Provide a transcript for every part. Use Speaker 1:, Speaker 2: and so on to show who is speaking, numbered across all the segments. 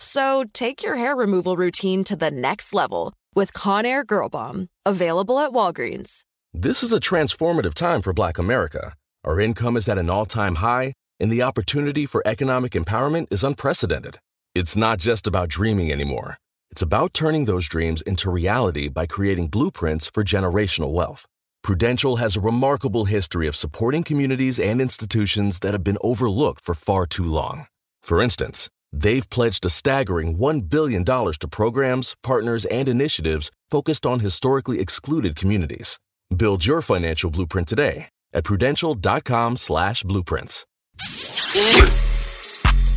Speaker 1: So take your hair removal routine to the next level with Conair Girl Bomb, available at Walgreens.
Speaker 2: This is a transformative time for Black America. Our income is at an all time high, and the opportunity for economic empowerment is unprecedented. It's not just about dreaming anymore, it's about turning those dreams into reality by creating blueprints for generational wealth. Prudential has a remarkable history of supporting communities and institutions that have been overlooked for far too long. For instance, they've pledged a staggering $1 billion to programs, partners, and initiatives focused on historically excluded communities. Build your financial blueprint today at prudential.com slash blueprints.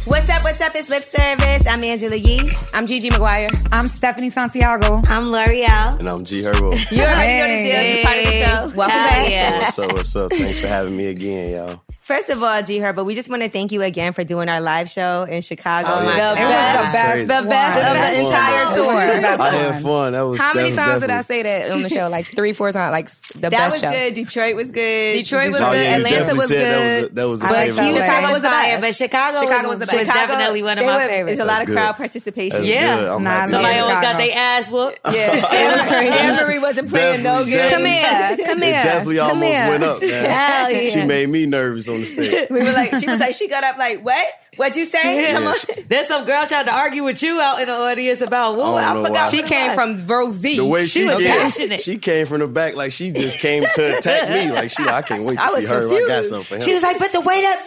Speaker 3: What's up? What's up? It's lip service. I'm Angela Yee.
Speaker 4: I'm Gigi McGuire.
Speaker 5: I'm Stephanie Santiago.
Speaker 6: I'm L'Oreal.
Speaker 7: And I'm G Herbo.
Speaker 3: You already know the deal. You're part of the show.
Speaker 4: Welcome
Speaker 6: Hell
Speaker 4: back.
Speaker 6: yeah.
Speaker 7: what's up? What's up? Thanks for having me again, y'all.
Speaker 3: First of all, G Herbo, we just want to thank you again for doing our live show in Chicago.
Speaker 7: Oh,
Speaker 4: The
Speaker 7: yeah.
Speaker 3: It was
Speaker 7: That
Speaker 4: best,
Speaker 7: was
Speaker 4: the
Speaker 7: crazy.
Speaker 4: best,
Speaker 3: The
Speaker 4: of
Speaker 3: best
Speaker 4: the
Speaker 3: one.
Speaker 4: entire
Speaker 5: It was
Speaker 4: tour.
Speaker 5: the
Speaker 7: I had
Speaker 5: Fun.
Speaker 7: fun. That was
Speaker 4: How many
Speaker 7: that was
Speaker 4: times did I
Speaker 7: definitely-
Speaker 4: say that on the show? Like three, four times. Like s- the
Speaker 3: That
Speaker 4: best
Speaker 3: was
Speaker 4: show.
Speaker 3: good. Detroit was good.
Speaker 4: Detroit was
Speaker 7: Oh,
Speaker 4: good.
Speaker 7: yeah, you
Speaker 4: Atlanta
Speaker 7: definitely
Speaker 4: was
Speaker 7: said
Speaker 4: good.
Speaker 7: That was, that was the
Speaker 4: But
Speaker 7: favorite.
Speaker 4: Houston-
Speaker 7: one.
Speaker 4: Chicago was the
Speaker 6: fire,
Speaker 4: best.
Speaker 6: but Chicago,
Speaker 4: Chicago
Speaker 6: was,
Speaker 4: was the
Speaker 6: was
Speaker 4: best.
Speaker 6: definitely one of
Speaker 3: they
Speaker 6: my
Speaker 3: were-
Speaker 6: favorites.
Speaker 3: There's a lot of
Speaker 7: That's
Speaker 3: crowd
Speaker 7: good.
Speaker 3: participation.
Speaker 7: That's
Speaker 6: Yeah.
Speaker 7: good. I'm
Speaker 5: Nah,
Speaker 7: happy.
Speaker 5: I
Speaker 6: Somebody
Speaker 5: love
Speaker 6: always got
Speaker 5: Chicago.
Speaker 6: their ass whooped.
Speaker 3: Yeah, Avery wasn't playing no
Speaker 7: Definitely,
Speaker 3: good.
Speaker 4: Come
Speaker 7: definitely.
Speaker 4: here. Come
Speaker 7: It
Speaker 4: here.
Speaker 7: definitely
Speaker 4: Come
Speaker 7: almost
Speaker 4: here.
Speaker 7: went up. man.
Speaker 6: Hell yeah.
Speaker 7: She made me nervous on the stage.
Speaker 3: We were like, she was like, she got up like, what? What'd you say? Come
Speaker 7: Yeah,
Speaker 3: on.
Speaker 7: she-
Speaker 6: There's some girl trying to argue with you out in the audience about what
Speaker 7: I
Speaker 6: I,
Speaker 7: don't know
Speaker 6: forgot.
Speaker 7: why.
Speaker 4: She
Speaker 6: what it
Speaker 4: came
Speaker 6: was.
Speaker 4: from Rosie.
Speaker 7: The way she
Speaker 6: was
Speaker 7: did,
Speaker 6: passionate.
Speaker 7: she came from the back like she just came to attack me. Like she, I can't wait to
Speaker 3: I was
Speaker 7: see her. if I got
Speaker 3: confused.
Speaker 7: something. for
Speaker 6: She
Speaker 7: him.
Speaker 6: was like, "But the way that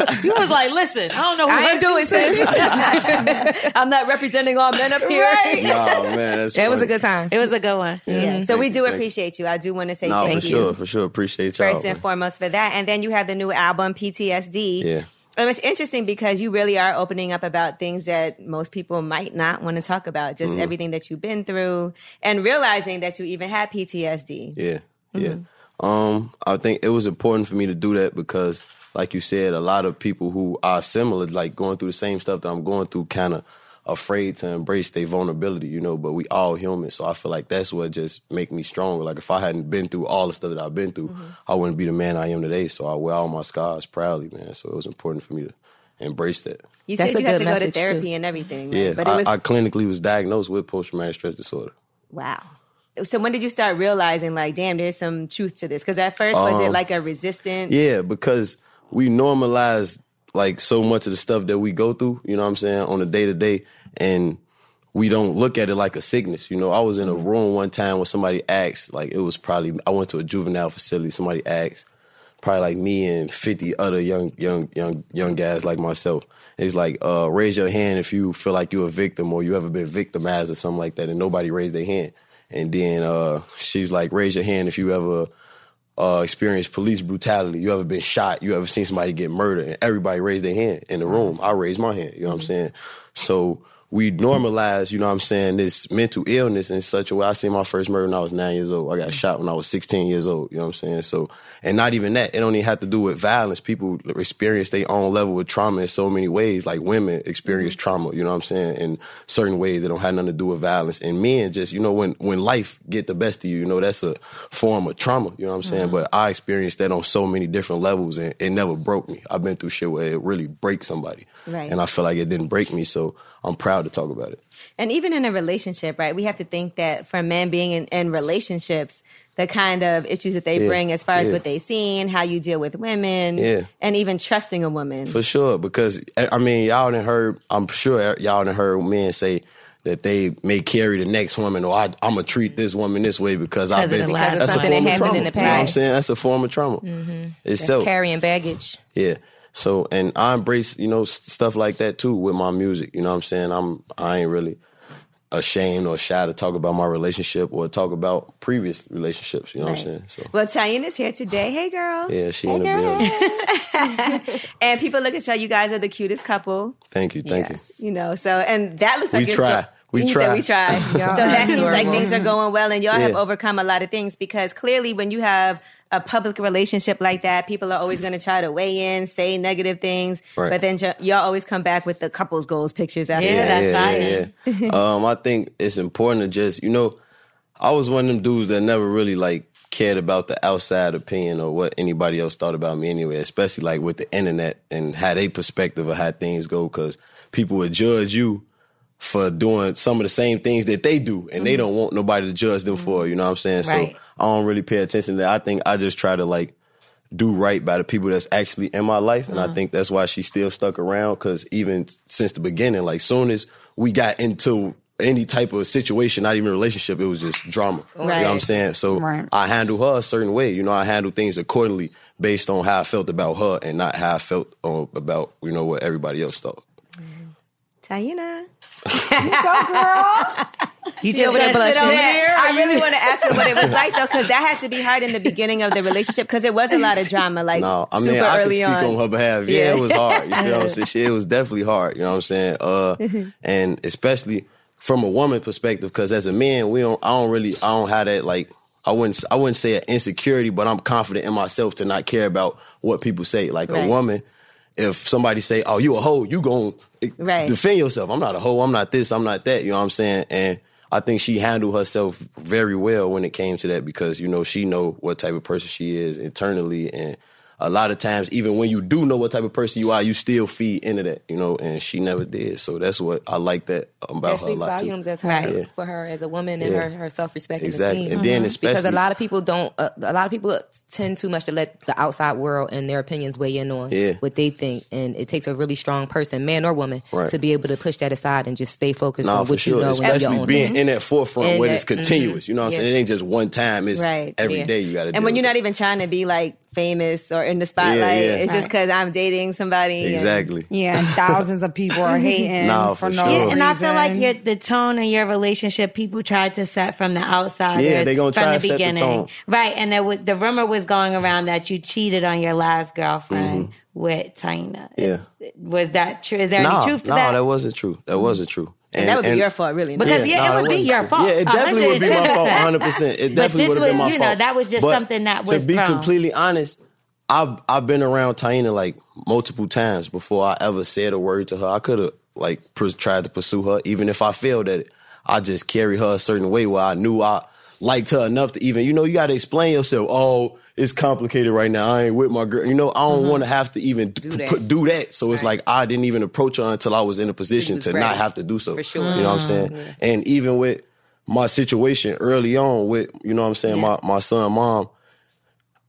Speaker 6: man is, you was like, listen, I don't know. Who
Speaker 4: I
Speaker 6: hurt
Speaker 4: ain't do
Speaker 6: you.
Speaker 4: it, sis.
Speaker 3: I'm not representing all men up here.
Speaker 7: "No, man, that's
Speaker 4: It was a
Speaker 7: funny.
Speaker 4: good time.
Speaker 6: It was a good one.
Speaker 3: Yeah, So we do
Speaker 7: Thank you.
Speaker 3: appreciate you. I do want to say
Speaker 7: No,
Speaker 3: thank
Speaker 7: for
Speaker 3: you.
Speaker 7: sure, for sure. Appreciate y'all.
Speaker 3: first and
Speaker 7: man.
Speaker 3: foremost for that. And then you have the new album PTSD.
Speaker 7: Yeah.
Speaker 3: And it's interesting because you really are opening up about things that most people might not want to talk about,
Speaker 7: Mm.
Speaker 3: just everything that you've been through and realizing that you even had PTSD.
Speaker 7: Yeah, yeah.
Speaker 3: Mm-hmm.
Speaker 7: Um, I think it was important for me to do that because, like you said, a lot of people who are similar, like going through the same stuff that I'm going through, kind of afraid to embrace their vulnerability, you know. But we all human, so I feel like that's what just make me stronger. Like if I hadn't been through all the stuff that I've been through,
Speaker 3: Mm-hmm.
Speaker 7: I wouldn't be the man I am today. So I wear all my scars proudly, man. So it was important for me to embrace that.
Speaker 3: You
Speaker 4: That's
Speaker 3: said
Speaker 4: a
Speaker 3: you had
Speaker 4: good
Speaker 3: to go to
Speaker 4: message, too.
Speaker 3: therapy and everything. Right?
Speaker 7: Yeah,
Speaker 3: But it was
Speaker 7: I, I clinically was diagnosed with post traumatic stress disorder.
Speaker 3: wow. So when did you start realizing like, damn, there's some truth to this? Because at first was it like a resistance?
Speaker 7: Um, Yeah, because we normalize like so much of the stuff that we go through, you know what I'm saying, on a day to day and we don't look at it like a sickness. You know, I was in a room one time when somebody asked, like it was probably I went to a juvenile facility, somebody asked, probably like me and fifty other young young young young guys like myself. It's like, uh, raise your hand if you feel like you're a victim or you ever been victimized or something like that and nobody raised their hand. And then uh she's like, raise your hand if you ever uh, experienced police brutality, you ever been shot, you ever seen somebody get murdered, and everybody raised their hand in the room. I raised my hand, you know what I'm saying? So we normalize, you know what I'm saying, this mental illness in such a way. I seen my first murder when I was nine years old. I got shot when I was 16 years old, you know what I'm saying? So, and not even that, it don't even have to do with violence. People experience their own level of trauma in so many ways. Like women experience trauma, you know what I'm saying, in certain ways that don't have nothing to do with violence. And men just, you know, when, when life get the best of you, you know, that's a form of trauma, you know what I'm saying? But I experienced that on so many different levels and it never broke me. I've been through shit where it really breaks somebody.
Speaker 3: Right.
Speaker 7: And I feel like it didn't break me, so I'm proud to talk about it.
Speaker 3: And even in a relationship, right? We have to think that for men being in, in relationships, the kind of issues that they
Speaker 7: Yeah,
Speaker 3: bring as far as
Speaker 7: yeah.
Speaker 3: what they've seen, how you deal with women,
Speaker 7: Yeah.
Speaker 3: and even trusting a woman.
Speaker 7: For sure, because I I mean, y'all done heard. I'm sure y'all done heard men say that they may carry the next woman, or I, I'm gonna treat this woman this way because
Speaker 6: Because
Speaker 7: I've
Speaker 6: of
Speaker 7: been
Speaker 6: the
Speaker 7: through-
Speaker 6: last
Speaker 7: that's a
Speaker 6: something
Speaker 7: form
Speaker 6: that
Speaker 7: of
Speaker 4: happened
Speaker 7: trauma,
Speaker 4: in the
Speaker 7: You know what I'm
Speaker 4: past.
Speaker 7: saying that's a form of trauma itself.
Speaker 4: Carrying baggage.
Speaker 7: Yeah. So and I embrace, you know, s- stuff like that too with my music. You know what I'm saying? I'm I ain't really ashamed or shy to talk about my relationship or talk about previous relationships. You know what I'm saying? So
Speaker 3: Well, Tayan is here today. Hey, girl.
Speaker 7: yeah, she in the building.
Speaker 3: And people look at y'all. You guys are the cutest couple,
Speaker 7: Thank you, thank you.
Speaker 3: you know. So, and that looks
Speaker 7: We
Speaker 3: like it's
Speaker 7: try.
Speaker 3: go-
Speaker 7: We
Speaker 3: He
Speaker 7: try.
Speaker 3: Said we tried. so that seems like
Speaker 4: adorable.
Speaker 3: things are going well, and y'all have
Speaker 7: Yeah.
Speaker 3: overcome a lot of things because clearly, when you have a public relationship like that, people are always going to try to weigh in, say negative things,
Speaker 7: Right.
Speaker 3: but then y- y'all always come back with the couples goals pictures after
Speaker 6: Yeah,
Speaker 3: that.
Speaker 6: that's fine.
Speaker 7: yeah, yeah. um, I think it's important to just, you know, I was one of them dudes that never really like cared about the outside opinion or what anybody else thought about me anyway, especially like with the internet and how they perspective of how things go, because people would judge you for doing some of the same things that they do and they don't want nobody to judge them for, you know what I'm saying?
Speaker 6: Right.
Speaker 7: So I don't really pay attention to that. I think I just try to like do right by the people that's actually in my life. And I think that's why she still stuck around because even since the beginning, like soon as we got into any type of situation, not even a relationship, it was just drama. You know what I'm
Speaker 3: Right.
Speaker 7: saying? So
Speaker 5: Right.
Speaker 7: I handle her a certain way. You know, I handle things accordingly based on how I felt about her and not how I felt uh, about, you know, what everybody else thought.
Speaker 3: Tayana.
Speaker 6: You just
Speaker 4: over there
Speaker 6: gonna sit
Speaker 4: blushing.
Speaker 6: over
Speaker 3: Yeah,
Speaker 6: there?
Speaker 3: I really want to ask her what it was like though, because that had to be hard in the beginning of the relationship, because it was a lot of drama, like
Speaker 7: No, I
Speaker 3: super
Speaker 7: mean I can
Speaker 3: early
Speaker 7: speak on. her behalf. Yeah,
Speaker 3: Yeah.
Speaker 7: it was hard. You know what I'm saying? Shit, It was definitely hard. You know what I'm saying? Uh, and especially from a woman perspective, because as a man, we don't. I don't really. I don't have that like. I wouldn't. I wouldn't say an insecurity, but I'm confident in myself to not care about what people say. Like
Speaker 3: Right.
Speaker 7: a woman, if somebody say, "Oh, you a hoe," you gonna eh,
Speaker 3: Right.
Speaker 7: defend yourself. I'm not a hoe. I'm not this. I'm not that. You know what I'm saying? And I think she handled herself very well when it came to that because you know she know what type of person she is internally, and a lot of times, even when you do know what type of person you are, you still feed into that. You know, and she never did. So that's what I like that about
Speaker 4: That
Speaker 7: her a
Speaker 4: speaks
Speaker 7: lot too.
Speaker 4: volumes as her
Speaker 3: Right. Yeah.
Speaker 4: for her as a woman and
Speaker 7: Yeah.
Speaker 4: her, her self respect and
Speaker 7: Exactly.
Speaker 4: esteem. Mm-hmm.
Speaker 7: And then
Speaker 4: because a
Speaker 7: especially-
Speaker 4: lot of people don't, uh, a lot of people tend too much to let the outside world and their opinions weigh in on
Speaker 7: Yeah.
Speaker 4: what they think, and it takes a really strong person, man or woman,
Speaker 7: Right.
Speaker 4: to be able to push that aside and just stay focused
Speaker 7: Nah,
Speaker 4: on
Speaker 7: for
Speaker 4: what
Speaker 7: sure.
Speaker 4: you know and your
Speaker 7: Especially
Speaker 4: own
Speaker 7: being
Speaker 4: thing.
Speaker 7: in that forefront
Speaker 4: And
Speaker 7: where
Speaker 4: that-
Speaker 7: it's continuous. You know what I'm
Speaker 4: Yeah.
Speaker 7: saying? It ain't just one time. It's every
Speaker 3: Right.
Speaker 7: day
Speaker 4: Yeah.
Speaker 7: you got to.
Speaker 3: And when you're not even trying to be like famous or in the spotlight,
Speaker 7: yeah.
Speaker 3: it's just because I'm dating somebody. and-
Speaker 7: exactly.
Speaker 5: Yeah, and thousands of people are hating
Speaker 7: Nah, for
Speaker 5: for, no
Speaker 3: Oh,
Speaker 7: sure.
Speaker 5: reason.
Speaker 6: And I feel like your, the tone of your relationship, people tried to set from the outside.
Speaker 7: Yeah, they gonna
Speaker 6: from
Speaker 7: try
Speaker 6: the
Speaker 7: to set the
Speaker 6: beginning,
Speaker 7: tone.
Speaker 6: right? And there was, the rumor was going around that you cheated on your last girlfriend with Tina.
Speaker 7: Mm-hmm. Yeah.
Speaker 6: was that true? Is there
Speaker 7: Nah,
Speaker 6: any truth to
Speaker 7: nah,
Speaker 6: that?
Speaker 7: that wasn't true. That wasn't true.
Speaker 3: And that would be your fault, really.
Speaker 6: Because- Yeah, it would be
Speaker 7: wasn't
Speaker 6: your
Speaker 7: true.
Speaker 6: fault,
Speaker 7: Yeah, it definitely would be my
Speaker 6: 100%.
Speaker 7: fault, hundred percent. It definitely
Speaker 6: this
Speaker 7: would have been
Speaker 6: was-
Speaker 7: my
Speaker 6: you
Speaker 7: fault.
Speaker 6: know, that was just
Speaker 7: But
Speaker 6: something that
Speaker 7: To
Speaker 6: was
Speaker 7: be
Speaker 6: thrown.
Speaker 7: completely honest, I've I've been around Taina like multiple times before I ever said a word to her. I could have like pr- tried to pursue her, even if I failed at it. I just carried her a certain way where I knew I liked her enough to even you know you got to explain yourself. Oh, it's complicated right now. I ain't with my girl. You know I don't want to have to even do
Speaker 4: Mm-hmm. that.
Speaker 7: put, do that. So it's like I didn't even approach her until I was in a position
Speaker 4: was
Speaker 7: to
Speaker 4: ready.
Speaker 7: not have to do so.
Speaker 4: For sure. Mm-hmm.
Speaker 7: You know what I'm saying? And even with my situation early on with, you know what I'm saying, my, my son, mom,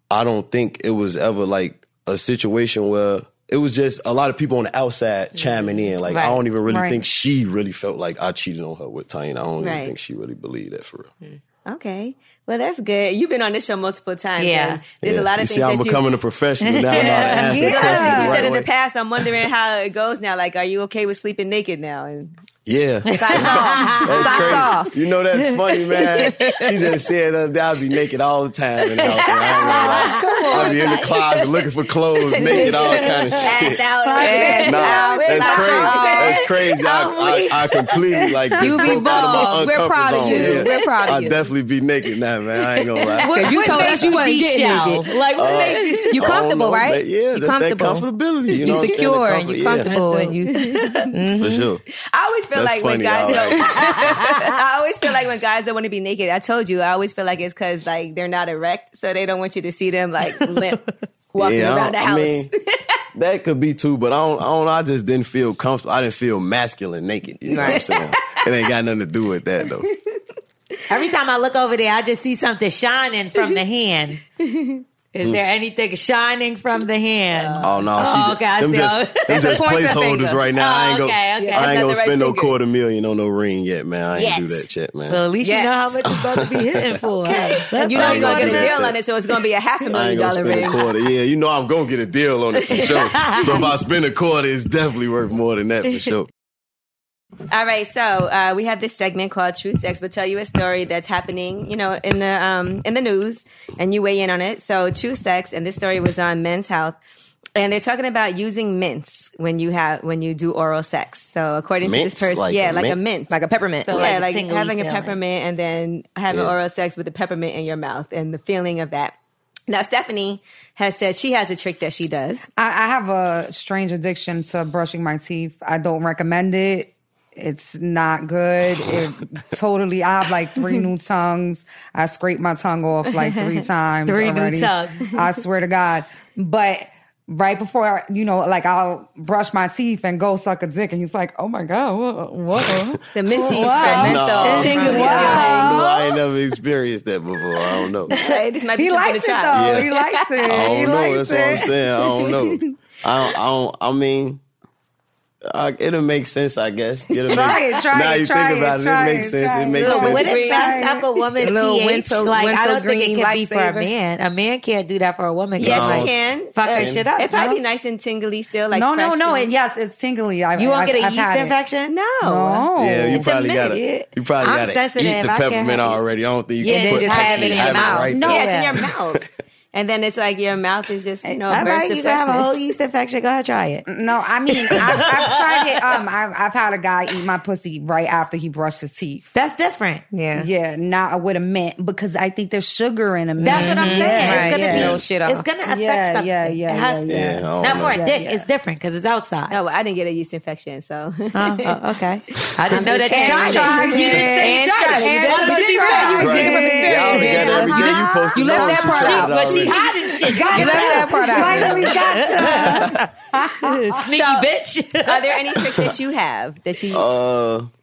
Speaker 7: I don't think it was ever like a situation where it was just a lot of people on the outside chiming in. Like I don't even really
Speaker 5: Right.
Speaker 7: think she really felt like I cheated on her with Tyne. I don't
Speaker 3: Right.
Speaker 7: even think she really believed that for real.
Speaker 3: Okay. Well, that's good. You've been on this show multiple times.
Speaker 6: Yeah.
Speaker 3: and There's
Speaker 7: Yeah.
Speaker 3: a lot of
Speaker 7: you
Speaker 3: things
Speaker 7: see, I'm
Speaker 3: that
Speaker 7: becoming a professional now. I know how to answer
Speaker 3: you. There's a lot of
Speaker 7: questions
Speaker 3: things you
Speaker 7: the
Speaker 3: said
Speaker 7: right
Speaker 3: in the
Speaker 7: way.
Speaker 3: past. I'm wondering how it goes now. Like, are you okay with sleeping naked now? And
Speaker 7: Yeah.
Speaker 4: Socks off.
Speaker 7: That's
Speaker 4: Socks
Speaker 7: crazy.
Speaker 4: off.
Speaker 7: You know that's funny, man. She just said the other day I'd be naked all the time in the house. man. I ain't gonna lie. I'd be in the closet looking for clothes, naked, all kind of
Speaker 3: ass
Speaker 7: shit.
Speaker 3: out.
Speaker 7: Nah,
Speaker 3: out,
Speaker 7: that's
Speaker 3: ass
Speaker 7: crazy.
Speaker 3: out.
Speaker 7: That's crazy. I, I, I completely like just
Speaker 4: You be
Speaker 7: broke out
Speaker 4: bald.
Speaker 7: of my
Speaker 4: We're
Speaker 7: uncomfort
Speaker 4: proud of
Speaker 7: zone.
Speaker 4: you.
Speaker 7: Yeah.
Speaker 4: We're proud of
Speaker 7: I'd
Speaker 4: you.
Speaker 7: definitely be naked now, man. I ain't gonna lie.
Speaker 4: Because you
Speaker 6: What
Speaker 4: told
Speaker 6: made
Speaker 4: us you wasn't getting
Speaker 6: de-shell?
Speaker 4: naked.
Speaker 6: Like what
Speaker 7: Uh,
Speaker 6: made you?
Speaker 4: You
Speaker 7: I don't
Speaker 4: comfortable,
Speaker 7: know,
Speaker 4: right?
Speaker 7: but Yeah,
Speaker 4: you
Speaker 7: that's
Speaker 4: comfortable.
Speaker 7: that comfortability. You,
Speaker 4: You,
Speaker 7: know what I'm saying?
Speaker 4: secure
Speaker 7: The
Speaker 4: and you
Speaker 7: comfort, yeah,
Speaker 4: comfortable Mm-hmm. and you.
Speaker 7: for sure.
Speaker 3: I always feel
Speaker 7: That's
Speaker 3: like when
Speaker 7: funny,
Speaker 3: guys
Speaker 7: all
Speaker 3: don't,
Speaker 7: right.
Speaker 3: I always feel like when guys don't want to be naked. I told you, I always feel like it's because like they're not erect, so they don't want you to see them like limp walking
Speaker 7: I
Speaker 3: around the
Speaker 7: don't-
Speaker 3: house.
Speaker 7: that could be too, but I don't, I don't. I just didn't feel comfortable. I didn't feel masculine naked. You know what I'm saying? it ain't got nothing to do with that though.
Speaker 6: Every time I look over there, I just see something shining from the hand. Is there anything shining from the hand?
Speaker 7: Oh
Speaker 6: Oh,
Speaker 7: no, she,
Speaker 6: okay, I
Speaker 7: them
Speaker 6: see.
Speaker 7: just,
Speaker 6: Oh.
Speaker 7: them just
Speaker 4: pointer
Speaker 7: placeholders
Speaker 4: finger.
Speaker 7: right now. I ain't
Speaker 6: Oh,
Speaker 7: gonna,
Speaker 6: okay, okay. That's
Speaker 7: I ain't
Speaker 6: not
Speaker 7: gonna
Speaker 6: the
Speaker 7: spend
Speaker 6: right
Speaker 7: no
Speaker 6: finger.
Speaker 7: quarter million on no ring yet, man. I ain't do
Speaker 4: Yet.
Speaker 7: that yet, man.
Speaker 6: Well, at least
Speaker 4: Yes.
Speaker 6: you know how much it's about to be hitting for.
Speaker 3: You
Speaker 6: That's
Speaker 3: know you're
Speaker 7: I ain't
Speaker 3: gonna
Speaker 7: gonna
Speaker 3: get
Speaker 7: do
Speaker 3: a
Speaker 7: that
Speaker 3: deal
Speaker 7: shit.
Speaker 3: on it, so it's gonna be a half a
Speaker 7: I
Speaker 3: million
Speaker 7: ain't gonna
Speaker 3: dollar
Speaker 7: spend a
Speaker 3: ring.
Speaker 7: quarter. Yeah, you know I'm gonna get a deal on it for sure. so if I spend a quarter, it's definitely worth more than that for sure.
Speaker 3: All right, so uh, we have this segment called Truth Sex. We'll tell you a story that's happening, you know, in the um, in the news, and you weigh in on it. So Truth Sex, and this story was on Men's Health, and they're talking about using mints when you have when you do oral sex. So according to this
Speaker 7: Mints?
Speaker 3: person,
Speaker 7: Like
Speaker 3: yeah,
Speaker 7: a
Speaker 3: like a
Speaker 7: mint?
Speaker 3: mint,
Speaker 4: like a peppermint.
Speaker 6: So,
Speaker 4: like,
Speaker 3: yeah,
Speaker 6: a
Speaker 3: like
Speaker 6: tingly
Speaker 3: having a
Speaker 6: feeling.
Speaker 3: peppermint and then having
Speaker 7: Yeah.
Speaker 3: oral sex with the peppermint in your mouth and the feeling of that. Now Stephanie has said she has a trick that she does.
Speaker 5: I, I have a strange addiction to brushing my teeth. I don't recommend it. It's not good. It totally. I have like three new tongues. I scraped my tongue off like three times.
Speaker 6: Three new
Speaker 5: already.
Speaker 6: tongues.
Speaker 5: I swear to God. But right before you know, like I'll brush my teeth and go suck a dick, and he's like, "Oh my God, what? what?
Speaker 3: The minty
Speaker 5: Wow.
Speaker 3: fresh.
Speaker 7: No,
Speaker 4: Menthol.
Speaker 7: I,
Speaker 6: Tingle.
Speaker 7: ain't-
Speaker 5: Wow.
Speaker 7: no, I ain't never experienced that before. I don't know. I
Speaker 3: Hey, this might be
Speaker 5: He
Speaker 3: something
Speaker 5: likes it
Speaker 3: to
Speaker 5: though.
Speaker 3: try.
Speaker 7: Yeah.
Speaker 5: He likes it. he
Speaker 7: don't know.
Speaker 5: likes
Speaker 7: That's what I'm
Speaker 5: it.
Speaker 7: saying. I don't know. I don't. I, don't, I mean. I, it'll make sense, I guess. It'll
Speaker 5: Try
Speaker 7: make,
Speaker 5: it, try
Speaker 7: now
Speaker 5: it,
Speaker 7: you
Speaker 5: try
Speaker 7: think
Speaker 5: it,
Speaker 7: about it,
Speaker 5: try
Speaker 7: it makes
Speaker 5: it,
Speaker 7: sense.
Speaker 5: try
Speaker 7: It
Speaker 5: it.
Speaker 7: makes
Speaker 5: No,
Speaker 6: No,
Speaker 5: Sense.
Speaker 6: but
Speaker 7: sense.
Speaker 6: would it mess up a woman's
Speaker 4: A little
Speaker 6: pH?
Speaker 4: winter-
Speaker 6: like I don't
Speaker 4: winter
Speaker 6: think it
Speaker 4: green
Speaker 6: can be for a
Speaker 4: lifesaver.
Speaker 6: man. A man can't do that for a woman.
Speaker 3: Yes,
Speaker 7: No.
Speaker 3: you can.
Speaker 6: Fuck
Speaker 3: Uh,
Speaker 6: her shit up.
Speaker 3: It'd probably
Speaker 6: no?
Speaker 3: be nice and tingly still. Like
Speaker 5: no, no,
Speaker 3: fresh
Speaker 5: no.
Speaker 3: feeling.
Speaker 5: It, yes, it's tingly. I,
Speaker 6: You won't get a
Speaker 5: I've had
Speaker 6: yeast
Speaker 5: it.
Speaker 6: infection?
Speaker 3: No.
Speaker 6: Oh.
Speaker 5: No.
Speaker 7: Yeah, you
Speaker 3: It's a
Speaker 7: probably
Speaker 3: mint.
Speaker 7: got to.
Speaker 6: minute.
Speaker 7: You probably
Speaker 6: I'm
Speaker 7: got to
Speaker 6: sensitive.
Speaker 7: eat the
Speaker 6: I can't have
Speaker 7: peppermint
Speaker 6: it.
Speaker 7: alreity. I don't think you
Speaker 6: Yeah,
Speaker 7: can
Speaker 6: then
Speaker 7: put
Speaker 6: just have
Speaker 7: actually
Speaker 6: it in your mouth.
Speaker 7: right
Speaker 3: No,
Speaker 7: there.
Speaker 3: it's in
Speaker 6: Yeah.
Speaker 3: your mouth. And then it's like your mouth is just, you know, a
Speaker 6: All
Speaker 3: burst
Speaker 6: right,
Speaker 3: of
Speaker 6: you can have a
Speaker 3: freshness.
Speaker 6: whole yeast infection. Go ahead, try it.
Speaker 5: No, I mean, I've, I've tried it. Um, I've, I've had a guy eat my pussy right after he brushed his teeth.
Speaker 6: That's different. Yeah.
Speaker 5: Yeah, not with a mint because I think there's sugar in a mint.
Speaker 6: That's what I'm saying.
Speaker 5: Yeah,
Speaker 6: It's gonna
Speaker 5: yeah.
Speaker 6: be.
Speaker 4: Little shit
Speaker 6: it's
Speaker 4: off.
Speaker 6: gonna affect
Speaker 5: Yeah,
Speaker 6: something.
Speaker 5: yeah, yeah,
Speaker 6: It has
Speaker 5: yeah,
Speaker 6: to.
Speaker 5: yeah.
Speaker 7: Yeah, I don't
Speaker 6: Not for a
Speaker 7: know.
Speaker 6: dick.
Speaker 5: Yeah,
Speaker 6: It's different because it's outside.
Speaker 3: Oh, well, I didn't get a yeast infection, so.
Speaker 6: Oh, oh, okay. I didn't know that you
Speaker 5: And
Speaker 6: tried it.
Speaker 5: tried it.
Speaker 6: You didn't say
Speaker 4: And
Speaker 6: you tried
Speaker 4: tried
Speaker 6: it.
Speaker 4: it. You
Speaker 6: You
Speaker 4: better
Speaker 6: wanted to
Speaker 4: be
Speaker 6: be
Speaker 4: proud.
Speaker 6: proud.
Speaker 5: You
Speaker 7: Right.
Speaker 5: Yeah.
Speaker 7: Y'all together every day. You supposed to
Speaker 4: You left
Speaker 7: know
Speaker 4: that
Speaker 7: she
Speaker 4: part
Speaker 7: said
Speaker 4: out.
Speaker 7: it
Speaker 6: But she
Speaker 7: already.
Speaker 6: hot and shit. God,
Speaker 5: You left that part out. Like, we got you.
Speaker 6: sneaky bitch.
Speaker 3: Are there any tricks that you have that you
Speaker 6: Oh,
Speaker 7: Uh,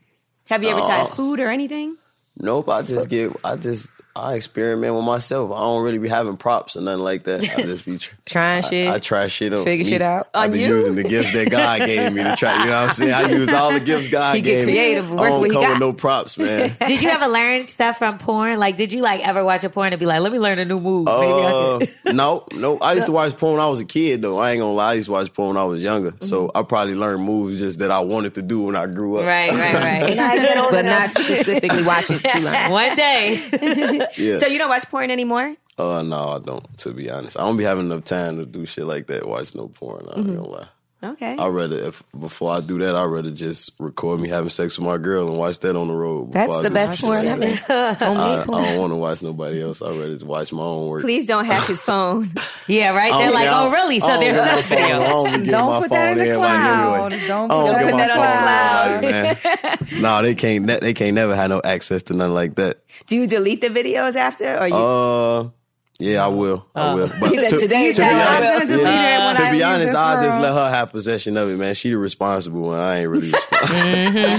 Speaker 3: have you ever tried food or anything?
Speaker 7: nope. I just get. I just. I experiment with myself. I don't really be having props or nothing like that. I just be tr-
Speaker 4: Trying shit.
Speaker 7: I try shit on
Speaker 4: Figure
Speaker 7: me.
Speaker 4: shit out.
Speaker 7: I
Speaker 3: On
Speaker 7: be
Speaker 3: you?
Speaker 7: using the gifts that God gave me to try. You know what I'm saying? I use all the gifts God
Speaker 4: He get
Speaker 7: gave
Speaker 4: creative,
Speaker 7: me.
Speaker 4: work
Speaker 7: I don't
Speaker 4: what he
Speaker 7: come
Speaker 4: got.
Speaker 7: with no props, man.
Speaker 6: Did you ever learn stuff from porn? Like, did you like ever watch a porn and be like, "Let me learn a new move"? Maybe I could.
Speaker 7: Uh, no, no. I used to watch porn when I was a kid, though. I ain't gonna lie. I used to watch porn when I was younger, so I probably learned moves just that I wanted to do when I grew up.
Speaker 6: Right, right, right.
Speaker 4: but not specifically watch it too long.
Speaker 6: One day,
Speaker 7: Yeah.
Speaker 3: So you don't watch porn anymore?
Speaker 7: Uh, no, I don't. To be honest, I don't be having enough time to do shit like that. Watch no porn. I ain't gonna lie.
Speaker 6: Oh,
Speaker 3: Okay.
Speaker 7: I rather if before I do that, I would rather just record me having sex with my girl and watch that on the road.
Speaker 4: That's
Speaker 7: before I
Speaker 4: the
Speaker 7: do
Speaker 4: best
Speaker 7: some
Speaker 4: porn
Speaker 7: shit
Speaker 4: ever.
Speaker 7: like that. I, I
Speaker 4: Homemade porn.
Speaker 7: don't want to watch nobody else. I rather just watch my own work.
Speaker 3: Please don't hack his phone.
Speaker 6: yeah, right. They're
Speaker 7: don't
Speaker 6: like,
Speaker 7: get
Speaker 6: "Oh,
Speaker 7: out-
Speaker 6: really?" So
Speaker 7: I don't
Speaker 6: there's
Speaker 7: get my
Speaker 6: no
Speaker 7: phone. I
Speaker 6: video.
Speaker 7: don't be giving
Speaker 5: Don't
Speaker 7: my
Speaker 5: put
Speaker 7: phone
Speaker 5: that in
Speaker 7: to
Speaker 5: the
Speaker 7: everybody
Speaker 5: cloud.
Speaker 7: anyway.
Speaker 5: Don't
Speaker 7: I don't
Speaker 5: put
Speaker 7: give
Speaker 5: that
Speaker 7: my
Speaker 5: in
Speaker 7: phone
Speaker 5: the
Speaker 7: to nobody, man. no, they can't. ne- They can't never have no access to nothing like that.
Speaker 3: Do you delete the videos after? Or you
Speaker 7: Uh, yeah, I will.
Speaker 5: Oh.
Speaker 7: I will. But
Speaker 3: He said,
Speaker 7: to,
Speaker 3: "Today
Speaker 7: to
Speaker 3: is the
Speaker 7: be
Speaker 3: day
Speaker 5: I'm
Speaker 7: honest-
Speaker 5: gonna delete
Speaker 7: yeah.
Speaker 5: it when
Speaker 7: to
Speaker 5: I
Speaker 7: be
Speaker 5: leave
Speaker 7: honest,
Speaker 5: this
Speaker 7: I'll just
Speaker 5: room.
Speaker 7: let her have possession of it, man. She the responsible one. I ain't really responsible.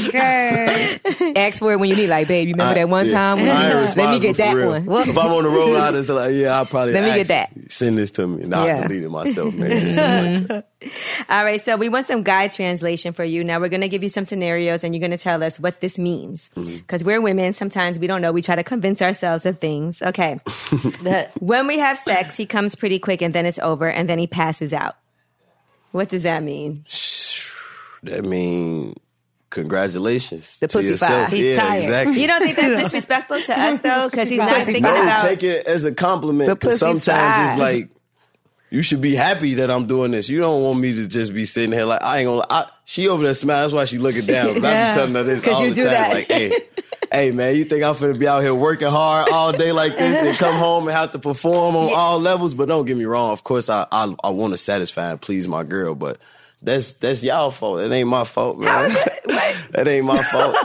Speaker 5: Okay.
Speaker 4: Ask for it when you need. Like, babe, you remember that one
Speaker 7: Yeah.
Speaker 4: time? When
Speaker 7: I ain't
Speaker 4: you, let me
Speaker 7: responsible
Speaker 4: get
Speaker 7: for
Speaker 4: that
Speaker 7: real.
Speaker 4: one. What?
Speaker 7: If I'm on the road, I just like, yeah, I'll probably
Speaker 4: Let me
Speaker 7: ask,
Speaker 4: get that.
Speaker 7: Send this to me. Nah,
Speaker 4: Yeah.
Speaker 7: I delete it myself, man. Just something like that.
Speaker 3: All right, so we want some guide translation for you. Now we're going to give you some scenarios and you're going to tell us what this means. Because we're women, sometimes we don't know. We try to convince ourselves of things. Okay. when we have sex, he comes pretty quick and then it's over and then he passes out. What does that mean?
Speaker 7: That mean, congratulations.
Speaker 4: The
Speaker 7: to
Speaker 4: pussy
Speaker 7: yourself.
Speaker 4: five.
Speaker 6: He's
Speaker 7: yeah,
Speaker 6: tired.
Speaker 7: exactly.
Speaker 3: You don't think that's disrespectful to us though? Because he's not
Speaker 4: Pussy
Speaker 3: thinking
Speaker 4: five.
Speaker 7: No,
Speaker 3: about.
Speaker 7: take it as a compliment.
Speaker 4: The pussy
Speaker 7: Because sometimes
Speaker 4: fried.
Speaker 7: it's like you should be happy that I'm doing this. You don't want me to just be sitting here like I ain't gonna. I, she over there smiling. That's why she looking down. 'cause I be telling her this
Speaker 3: 'Cause
Speaker 7: all
Speaker 3: you
Speaker 7: the
Speaker 3: do
Speaker 7: time.
Speaker 3: that.
Speaker 7: Like, hey, hey, man, you think I'm finna be out here working hard all day like this and come home and have to perform on all levels? But don't get me wrong. Of course, I I, I want to satisfy and please my girl, but. that's that's y'all fault. It ain't my fault, man. that ain't my fault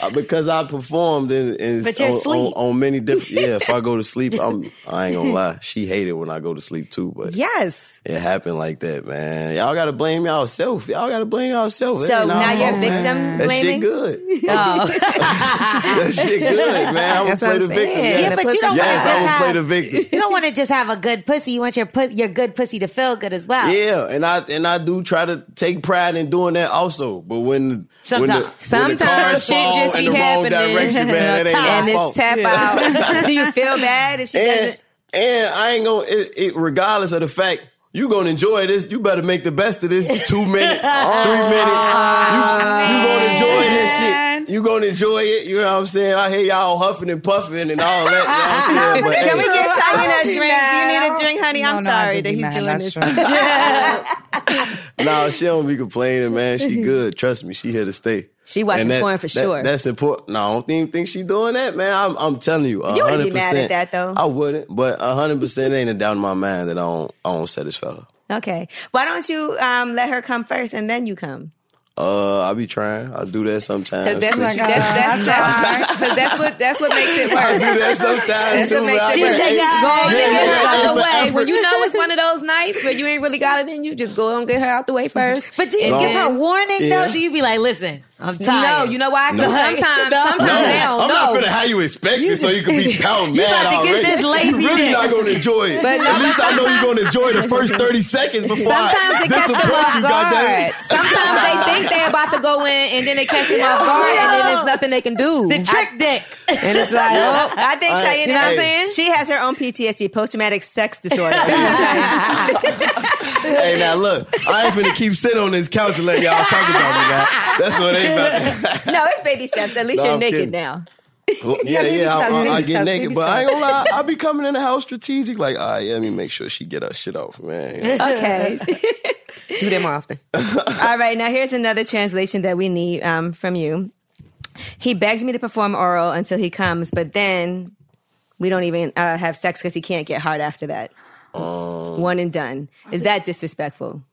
Speaker 7: Uh, because I performed in, in
Speaker 6: But you're
Speaker 7: on,
Speaker 6: asleep.
Speaker 7: on- on many different. Yeah, if I go to sleep, I'm. I ain't gonna lie. She hated when I go to sleep too, but
Speaker 3: Yes.
Speaker 7: it happened like that, man. Y'all gotta blame yourself. Y'all gotta blame yourself. It
Speaker 3: So
Speaker 7: ain't our
Speaker 3: now you're
Speaker 7: fault, man.
Speaker 3: victim
Speaker 7: That
Speaker 3: blaming? Oh.
Speaker 7: shit good. that shit good, man. I'm gonna
Speaker 4: That's
Speaker 7: play
Speaker 4: what
Speaker 7: the
Speaker 4: I'm
Speaker 7: victim.
Speaker 4: saying.
Speaker 6: Yeah,
Speaker 7: Yeah.
Speaker 4: the
Speaker 6: but
Speaker 4: pussy-
Speaker 6: you don't
Speaker 7: Yes,
Speaker 6: want to
Speaker 7: I
Speaker 6: just
Speaker 7: would play
Speaker 6: have
Speaker 7: the victim.
Speaker 6: you don't want to just have a good pussy. You want your pu- your good pussy to feel good as well.
Speaker 7: Yeah, and I and I do try to take pride in doing that also. But when when the,
Speaker 6: Sometimes.
Speaker 7: when the
Speaker 4: Sometimes
Speaker 7: cars
Speaker 4: shit
Speaker 7: fall
Speaker 4: just
Speaker 7: in
Speaker 4: be
Speaker 7: the
Speaker 4: happening.
Speaker 7: wrong direction, man, that ain't
Speaker 4: and
Speaker 7: my
Speaker 4: it's
Speaker 7: fault.
Speaker 4: tap out.
Speaker 3: Do you feel bad if she
Speaker 7: and
Speaker 3: doesn't?
Speaker 7: and I ain't gonna it, it, regardless of the fact you gonna enjoy this. You better make the best of this two minutes, three minutes. You, you
Speaker 3: Oh,
Speaker 7: gonna enjoy this shit. You gonna enjoy it. You know what I'm saying? I hear y'all huffing and puffing and all that. You know what I'm saying? But,
Speaker 3: Can
Speaker 7: hey,
Speaker 3: we get Tanya a drink? Do you need a drink,
Speaker 5: No.
Speaker 3: honey? I'm
Speaker 5: No, no, I
Speaker 3: sorry
Speaker 5: do
Speaker 3: that
Speaker 5: be
Speaker 3: he's
Speaker 5: mad.
Speaker 3: doing
Speaker 5: That's
Speaker 3: this.
Speaker 5: true.
Speaker 7: No, she don't be complaining, man. She good. Trust me, she here to stay.
Speaker 3: She watching
Speaker 7: And
Speaker 3: porn for sure.
Speaker 7: That's important. No, I don't even think she doing that, man. I'm, I'm telling you,
Speaker 3: You wouldn't be mad at
Speaker 7: 100%.
Speaker 3: that, though.
Speaker 7: I wouldn't, but hundred percent ain't a doubt in my mind that I don't, I don't satisfy her.
Speaker 3: Okay. Why don't you um, let her come first and then you come?
Speaker 7: Uh, I be trying. I do that sometimes.
Speaker 4: Because that's,
Speaker 7: But
Speaker 4: that's,
Speaker 7: she-
Speaker 4: that's, that's, cause that's what that's what makes it
Speaker 7: I
Speaker 4: work.
Speaker 7: do that sometimes.
Speaker 4: That's what
Speaker 7: too,
Speaker 4: makes
Speaker 7: man. I be
Speaker 4: it work.
Speaker 6: She
Speaker 7: like,
Speaker 6: shake
Speaker 7: hey,
Speaker 6: out.
Speaker 4: Go on and
Speaker 7: Yeah,
Speaker 4: get her
Speaker 7: yeah,
Speaker 4: out
Speaker 7: yeah,
Speaker 4: the
Speaker 7: for
Speaker 4: way.
Speaker 7: effort.
Speaker 4: When you know it's one of those nights where you ain't really got it in you, just go and get her out the way first.
Speaker 6: But do you
Speaker 7: No.
Speaker 6: give her warning
Speaker 7: Yeah.
Speaker 6: though? Do you be like, listen, I'm
Speaker 4: No,
Speaker 6: tired.
Speaker 4: you know why? 'Cause sometimes,
Speaker 6: No.
Speaker 4: sometimes they don't
Speaker 7: I'm
Speaker 4: know.
Speaker 7: not finna how you expect it, so you can be pound mad
Speaker 6: about to get
Speaker 7: already.
Speaker 6: this lazy
Speaker 7: you really
Speaker 6: dick.
Speaker 7: not gonna enjoy it.
Speaker 4: But
Speaker 7: At
Speaker 4: no,
Speaker 7: least I know you're gonna enjoy the first 30 seconds before I
Speaker 4: Sometimes it catch them
Speaker 7: disappoint
Speaker 4: off
Speaker 7: you,
Speaker 4: guard.
Speaker 7: goddamn.
Speaker 4: Sometimes they think they about to go in, and then they catch them off guard, and then there's nothing they can do.
Speaker 6: the trick dick.
Speaker 4: And it's like, oh,
Speaker 3: I think Tanya,
Speaker 4: you know what I'm saying?
Speaker 3: she has her own PTSD, post traumatic sex disorder.
Speaker 7: Hey, now look, I ain't finna keep sitting on this couch and let y'all talk about me, man. That's what they about. to-
Speaker 3: no, it's baby steps. At least
Speaker 7: No,
Speaker 3: you're
Speaker 7: I'm
Speaker 3: naked
Speaker 7: kidding.
Speaker 3: now.
Speaker 7: Well, yeah,
Speaker 5: baby
Speaker 7: yeah, I,
Speaker 5: steps,
Speaker 7: I-
Speaker 5: baby
Speaker 7: I get
Speaker 5: steps,
Speaker 7: naked,
Speaker 5: baby
Speaker 7: but I ain't
Speaker 5: steps.
Speaker 7: gonna lie, I be coming in the house strategic. Like, all right, yeah, let me make sure she get her shit off, man. You know?
Speaker 3: Okay.
Speaker 4: oh, do them often.
Speaker 3: All right. Now, here's another translation that we need um, from you. He begs me to perform oral until he comes, but then we don't even uh, have sex because he can't get hard after that.
Speaker 7: Oh.
Speaker 3: One and done. Is that disrespectful?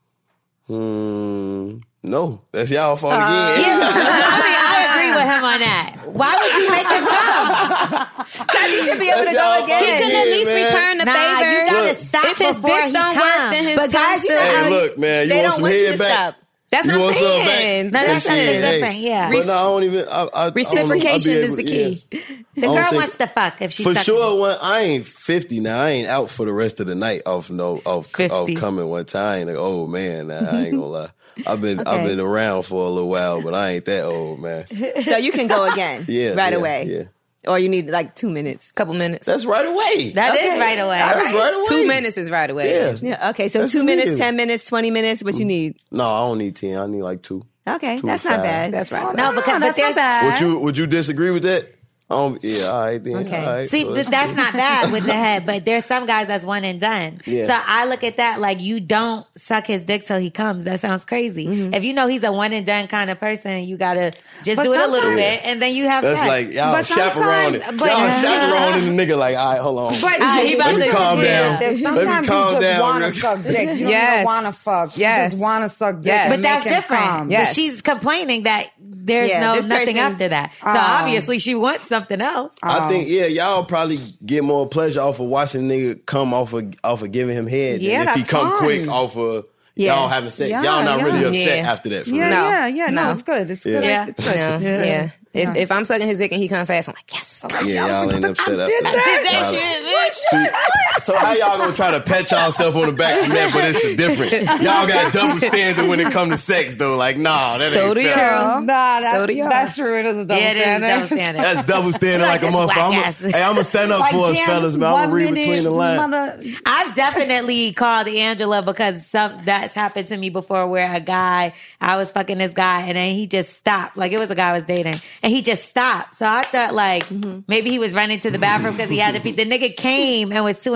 Speaker 7: Mm, no, that's y'all fault
Speaker 4: Uh,
Speaker 7: again.
Speaker 6: I mean, I agree with him on that. Why would you make us come?
Speaker 3: Because he should be able to
Speaker 7: That's
Speaker 3: go
Speaker 7: y'all
Speaker 3: again.
Speaker 4: He could
Speaker 7: Yeah,
Speaker 4: at least
Speaker 7: man.
Speaker 4: return the
Speaker 6: Nah,
Speaker 4: favor.
Speaker 6: you gotta
Speaker 7: Look.
Speaker 6: stop
Speaker 4: If his dick
Speaker 6: before he comes.
Speaker 4: don't work, then his
Speaker 3: But guys,
Speaker 4: tongue
Speaker 3: you know
Speaker 4: still-
Speaker 3: how
Speaker 7: Hey,
Speaker 3: you-
Speaker 7: look, man, you
Speaker 3: they
Speaker 7: want
Speaker 3: don't
Speaker 7: some
Speaker 3: want you
Speaker 7: head
Speaker 3: to
Speaker 7: back?
Speaker 3: stop.
Speaker 4: That's what I'm
Speaker 7: want something back?
Speaker 4: saying.
Speaker 6: No, that's
Speaker 4: That's
Speaker 6: something
Speaker 4: it.
Speaker 6: different, yeah.
Speaker 7: But no, I don't even. I, I,
Speaker 4: Reciprocation
Speaker 7: I don't, I be
Speaker 4: is the
Speaker 7: able-
Speaker 4: key.
Speaker 7: yeah.
Speaker 6: The
Speaker 7: don't
Speaker 6: girl
Speaker 7: think-
Speaker 6: wants to fuck if she's
Speaker 7: For
Speaker 6: sucking.
Speaker 7: sure, when I ain't fifty now, I ain't out for the rest of the night off no off,
Speaker 6: 50.
Speaker 7: off coming one time. Like, oh man, nah, I ain't gonna lie. I've been
Speaker 3: Okay.
Speaker 7: I've been around for a little while, but I ain't that old, man.
Speaker 3: So you can go again
Speaker 7: Yeah,
Speaker 3: right
Speaker 7: yeah,
Speaker 3: away.
Speaker 7: yeah.
Speaker 3: Or you need like two minutes.
Speaker 4: Couple minutes.
Speaker 7: That's right away.
Speaker 6: That is right away.
Speaker 7: That's right away.
Speaker 4: Two minutes is right away.
Speaker 7: Yeah.
Speaker 3: Yeah, okay, so
Speaker 7: That's
Speaker 3: two minutes,
Speaker 7: immediate.
Speaker 3: ten minutes, twenty minutes, what you need.
Speaker 7: No, I don't need ten. I need like two.
Speaker 3: Okay,
Speaker 7: Two
Speaker 3: that's not
Speaker 7: five.
Speaker 3: bad.
Speaker 4: That's right.
Speaker 6: No, because but there's
Speaker 7: Would you Would you disagree with that? Um. Yeah. All right. Then.
Speaker 3: Okay.
Speaker 7: All right,
Speaker 6: See,
Speaker 7: so
Speaker 6: th-
Speaker 7: oh, that's-
Speaker 6: that's not bad with the head, but there's some guys that's one and done.
Speaker 7: Yeah.
Speaker 6: So I look at that like you don't suck his dick till he comes. That sounds crazy. If you know he's a one and done kind of person, you gotta just
Speaker 5: But
Speaker 6: do it a little
Speaker 5: sometimes-
Speaker 6: bit and then you have
Speaker 7: That's
Speaker 6: sex.
Speaker 7: like y'all
Speaker 5: But
Speaker 7: chaperone it.
Speaker 5: sometimes- but-
Speaker 7: Y'all chaperone and the nigga like, all right, hold on.
Speaker 5: But
Speaker 6: Ah, he about
Speaker 7: Let me
Speaker 6: to-
Speaker 7: calm
Speaker 6: yeah.
Speaker 7: down.
Speaker 5: There's
Speaker 7: Let me
Speaker 5: sometimes
Speaker 7: calm
Speaker 5: you just
Speaker 7: down
Speaker 5: want
Speaker 7: real
Speaker 5: to suck dick. You don't
Speaker 4: Yes.
Speaker 5: even want to fuck.
Speaker 4: Yes.
Speaker 5: You just want to suck dick.
Speaker 4: Yes.
Speaker 5: and
Speaker 6: but
Speaker 4: But
Speaker 5: make
Speaker 6: that's
Speaker 5: him
Speaker 6: different.
Speaker 5: come.
Speaker 6: But
Speaker 4: Yes.
Speaker 6: she's complaining that there's
Speaker 3: Yeah,
Speaker 6: no
Speaker 3: this
Speaker 6: nothing
Speaker 3: person-
Speaker 6: after that. So obviously she wants something else.
Speaker 7: I think yeah, y'all probably get more pleasure off of watching nigga come off of off of giving him head
Speaker 5: Yeah,
Speaker 7: than if he
Speaker 5: that's
Speaker 7: come
Speaker 5: fun.
Speaker 7: quick off of
Speaker 3: Yeah.
Speaker 7: y'all having sex.
Speaker 5: Yeah,
Speaker 7: y'all not really
Speaker 5: yeah.
Speaker 7: upset
Speaker 4: Yeah.
Speaker 7: after that. For
Speaker 5: Yeah,
Speaker 7: real.
Speaker 4: No.
Speaker 5: yeah, yeah. No,
Speaker 4: No.
Speaker 5: it's good. It's good.
Speaker 6: Yeah.
Speaker 5: It's good.
Speaker 4: No, yeah. If, if I'm sucking his dick and he come fast, I'm like, yes.
Speaker 7: yeah, y'all ain't upset after
Speaker 4: Did
Speaker 7: that.
Speaker 4: that
Speaker 7: Y'all-
Speaker 4: shit, bitch.
Speaker 7: See, so how y'all gonna try to pat y'allself on the back from that? But it's the different. Y'all got double standard when it come to sex though. Like nah, that
Speaker 4: So
Speaker 7: ain't
Speaker 4: do
Speaker 7: fair.
Speaker 5: Nah,
Speaker 4: y'all.
Speaker 5: that's,
Speaker 4: So do y'all.
Speaker 5: that's true. It is a double
Speaker 6: yeah, it is
Speaker 5: standard.
Speaker 6: double standard.
Speaker 7: That's double standard
Speaker 6: Like
Speaker 7: like, a
Speaker 6: this
Speaker 7: motherfucker.
Speaker 6: whack
Speaker 7: I'ma-
Speaker 6: ass.
Speaker 7: hey, I'm gonna stand up
Speaker 5: Like,
Speaker 7: for us,
Speaker 5: damn,
Speaker 7: fellas, man. I'm gonna
Speaker 5: one
Speaker 7: read
Speaker 5: minute,
Speaker 7: between the lines.
Speaker 5: Mother,
Speaker 6: I've definitely called Angela because some that's happened to me before where a guy I was fucking this guy and then he just stopped. Like it was a guy I was dating and he just stopped. So I thought like
Speaker 8: Mm-hmm.
Speaker 6: maybe he was running to the bathroom because he had to pee. The nigga came and was too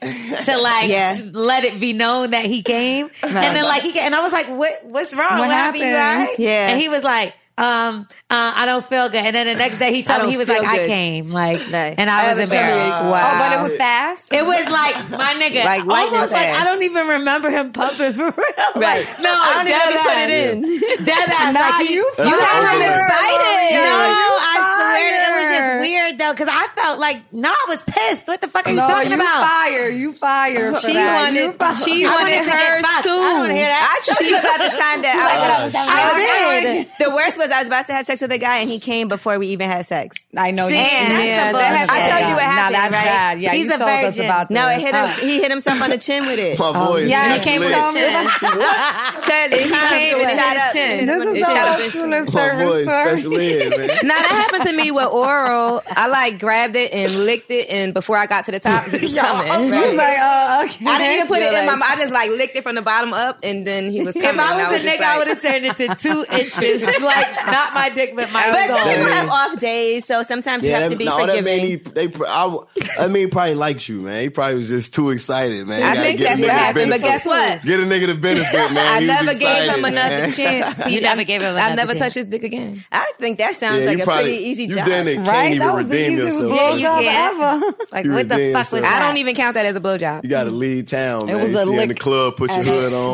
Speaker 6: to like
Speaker 3: Yeah.
Speaker 6: s- let it be known that he came. And then like he ca- and I was like, what what's wrong? What,
Speaker 5: What
Speaker 6: happened? You all
Speaker 5: happened?
Speaker 6: right?
Speaker 3: Yeah.
Speaker 6: And he was like. um, uh, I don't feel good. And then the next day he told me
Speaker 8: don't
Speaker 6: he was
Speaker 8: feel
Speaker 6: like, I
Speaker 8: good.
Speaker 6: came, like, and
Speaker 8: I
Speaker 6: I
Speaker 8: haven't
Speaker 6: was
Speaker 8: told you.
Speaker 6: embarrassed.
Speaker 5: Oh, but it was fast.
Speaker 6: It was like my nigga,
Speaker 8: Like lightning
Speaker 6: almost like
Speaker 8: fast.
Speaker 6: I don't even remember him pumping for real. Right? no,
Speaker 8: I don't even
Speaker 6: dead
Speaker 8: be put
Speaker 6: ass.
Speaker 8: it in.
Speaker 6: Dead ass. like he,
Speaker 5: you
Speaker 6: no,
Speaker 8: You got him
Speaker 7: Oh,
Speaker 8: excited.
Speaker 6: I swear it
Speaker 5: fired.
Speaker 6: was just weird though, because I felt like no, I was pissed. What the fuck are you
Speaker 5: No,
Speaker 6: talking
Speaker 5: you
Speaker 6: about?
Speaker 5: fire. You fire. for
Speaker 8: She
Speaker 5: that.
Speaker 8: wanted,
Speaker 5: You fire.
Speaker 8: she
Speaker 6: I
Speaker 8: wanted
Speaker 6: wanted to get
Speaker 8: hers
Speaker 6: fucked.
Speaker 8: too.
Speaker 6: I don't wanna hear that.
Speaker 3: I
Speaker 6: Oh
Speaker 3: told you about the time that I
Speaker 7: Oh,
Speaker 3: was. I was the worst was I was about to have sex with a guy and he came before we even had sex.
Speaker 5: I know.
Speaker 6: See,
Speaker 5: you
Speaker 6: and that's
Speaker 8: Yeah, that
Speaker 6: some bullshit.
Speaker 8: happened. I told you what
Speaker 5: Now
Speaker 3: happened,
Speaker 5: that's
Speaker 3: right?
Speaker 5: bad. Yeah,
Speaker 6: He's
Speaker 5: you
Speaker 6: a
Speaker 5: told us
Speaker 6: virgin.
Speaker 5: about
Speaker 3: No, it
Speaker 5: this.
Speaker 3: hit him. He hit himself on the chin with it.
Speaker 7: My boy is
Speaker 5: yeah.
Speaker 8: Oh, He came with his
Speaker 7: lit.
Speaker 8: chin.
Speaker 3: Because he
Speaker 8: came and hit his chin.
Speaker 5: This
Speaker 8: It
Speaker 5: is
Speaker 8: shut
Speaker 5: not
Speaker 8: up
Speaker 5: a
Speaker 8: this
Speaker 5: student
Speaker 7: My boy
Speaker 5: service
Speaker 7: is
Speaker 5: story.
Speaker 7: special ed, man.
Speaker 8: Now that happened to me with oral. I like grabbed it and licked it, and before I got to the top, he was
Speaker 7: Oh,
Speaker 8: coming.
Speaker 5: He was like, uh, okay.
Speaker 8: I didn't even put it in my mouth. I just like licked it from the bottom up, and then he was coming.
Speaker 6: If I
Speaker 8: and
Speaker 6: was a nigga,
Speaker 8: just
Speaker 6: I
Speaker 8: like-
Speaker 6: would have turned it to two inches. like not my dick, but my
Speaker 3: But
Speaker 6: soul.
Speaker 3: some people
Speaker 7: man.
Speaker 3: have off days, so sometimes you have to
Speaker 7: that-
Speaker 3: be
Speaker 7: no, that man, he,
Speaker 3: forgiving.
Speaker 7: they, pr- I, w- that man probably likes you, man. He probably was just too excited, man. You
Speaker 8: I
Speaker 7: gotta
Speaker 8: think
Speaker 7: give a
Speaker 8: that's what
Speaker 7: nigga the
Speaker 8: happened. But
Speaker 7: benefit.
Speaker 8: guess what?
Speaker 7: Get a nigga the benefit, man.
Speaker 8: I
Speaker 7: He was
Speaker 8: never gave him
Speaker 7: excited,
Speaker 8: another
Speaker 7: man.
Speaker 8: chance. He-
Speaker 6: You never
Speaker 8: I-
Speaker 6: gave him
Speaker 8: I
Speaker 6: another
Speaker 8: never
Speaker 6: chance.
Speaker 8: touched his dick again.
Speaker 3: I think that sounds
Speaker 7: Yeah,
Speaker 3: like
Speaker 7: you
Speaker 3: a
Speaker 7: probably
Speaker 3: pretty easy
Speaker 7: you
Speaker 3: job.
Speaker 7: done it, can't
Speaker 5: Right?
Speaker 7: even
Speaker 5: that was the
Speaker 7: redeem
Speaker 5: easiest
Speaker 7: yourself.
Speaker 6: Yeah, you
Speaker 5: blowjob
Speaker 6: can't.
Speaker 5: ever.
Speaker 6: Like
Speaker 7: You
Speaker 6: what the
Speaker 7: were
Speaker 6: fuck was
Speaker 7: dancing.
Speaker 8: I
Speaker 6: that?
Speaker 8: don't even count that as a
Speaker 7: You
Speaker 8: blowjob.
Speaker 7: got to leave town, man.
Speaker 5: was
Speaker 7: You
Speaker 5: a
Speaker 7: see in the
Speaker 5: lick
Speaker 7: club, put your hood on.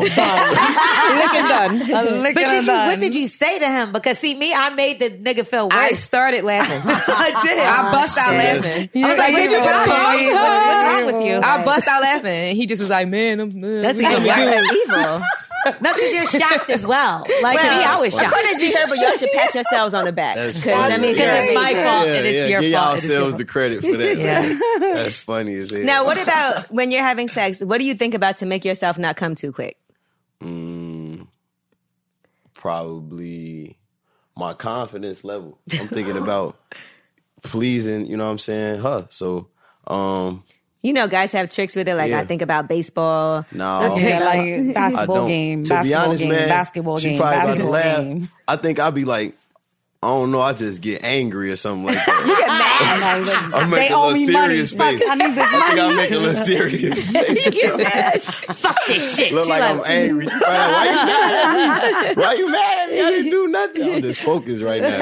Speaker 8: Licking done.
Speaker 6: But did you, what did you say to him? Because see, me, I made the nigga feel
Speaker 8: I
Speaker 6: worse.
Speaker 8: started laughing.
Speaker 6: I did.
Speaker 8: I bust out
Speaker 7: shit.
Speaker 8: laughing.
Speaker 5: Yeah,
Speaker 8: I was like,
Speaker 5: you
Speaker 8: "Did you
Speaker 5: know
Speaker 8: bust
Speaker 5: what
Speaker 8: out
Speaker 5: I mean?
Speaker 6: What's wrong with you?
Speaker 8: I bust out laughing. And He just was like, "Man, I'm."
Speaker 6: That's even worse. evil. No, because you're shocked as well. Like me, I was
Speaker 3: I
Speaker 6: shocked.
Speaker 3: couldn't hear, but y'all should pat yourselves on the back.
Speaker 7: That's
Speaker 3: Because
Speaker 7: funny.
Speaker 3: I mean,
Speaker 6: Because it's my
Speaker 3: amazing.
Speaker 6: fault and it's your
Speaker 7: Give
Speaker 6: fault. It is your
Speaker 7: yourselves
Speaker 6: fault.
Speaker 7: the credit for that. man. That's funny as hell.
Speaker 3: Now, what about when you're having sex? What do you think about to make yourself not come too quick?
Speaker 7: Mm, probably my confidence level. I'm thinking about pleasing, you know what I'm saying, her. So, um,
Speaker 3: You know, guys have tricks with it. Like
Speaker 7: Yeah.
Speaker 3: I think about baseball.
Speaker 7: no.
Speaker 5: Yeah, like
Speaker 7: I
Speaker 5: basketball
Speaker 7: don't.
Speaker 5: game,
Speaker 7: to be
Speaker 5: basketball
Speaker 7: honest,
Speaker 5: game,
Speaker 7: man,
Speaker 5: basketball
Speaker 7: she
Speaker 5: game,
Speaker 7: probably
Speaker 5: basketball
Speaker 7: about to laugh.
Speaker 5: game.
Speaker 7: I think I'd be like, I don't know, I just get angry or something like that. you get mad. I make
Speaker 5: They
Speaker 7: a
Speaker 5: owe
Speaker 7: little
Speaker 5: me money.
Speaker 7: serious
Speaker 5: Fuck,
Speaker 7: face.
Speaker 5: I need this
Speaker 7: I think I
Speaker 5: money.
Speaker 7: make a little serious face.
Speaker 6: Fuck this shit.
Speaker 7: Look
Speaker 6: She
Speaker 7: like, I'm angry. She probably like, why you mad at me? Why you mad at me? I didn't do nothing. I'm just focused right now.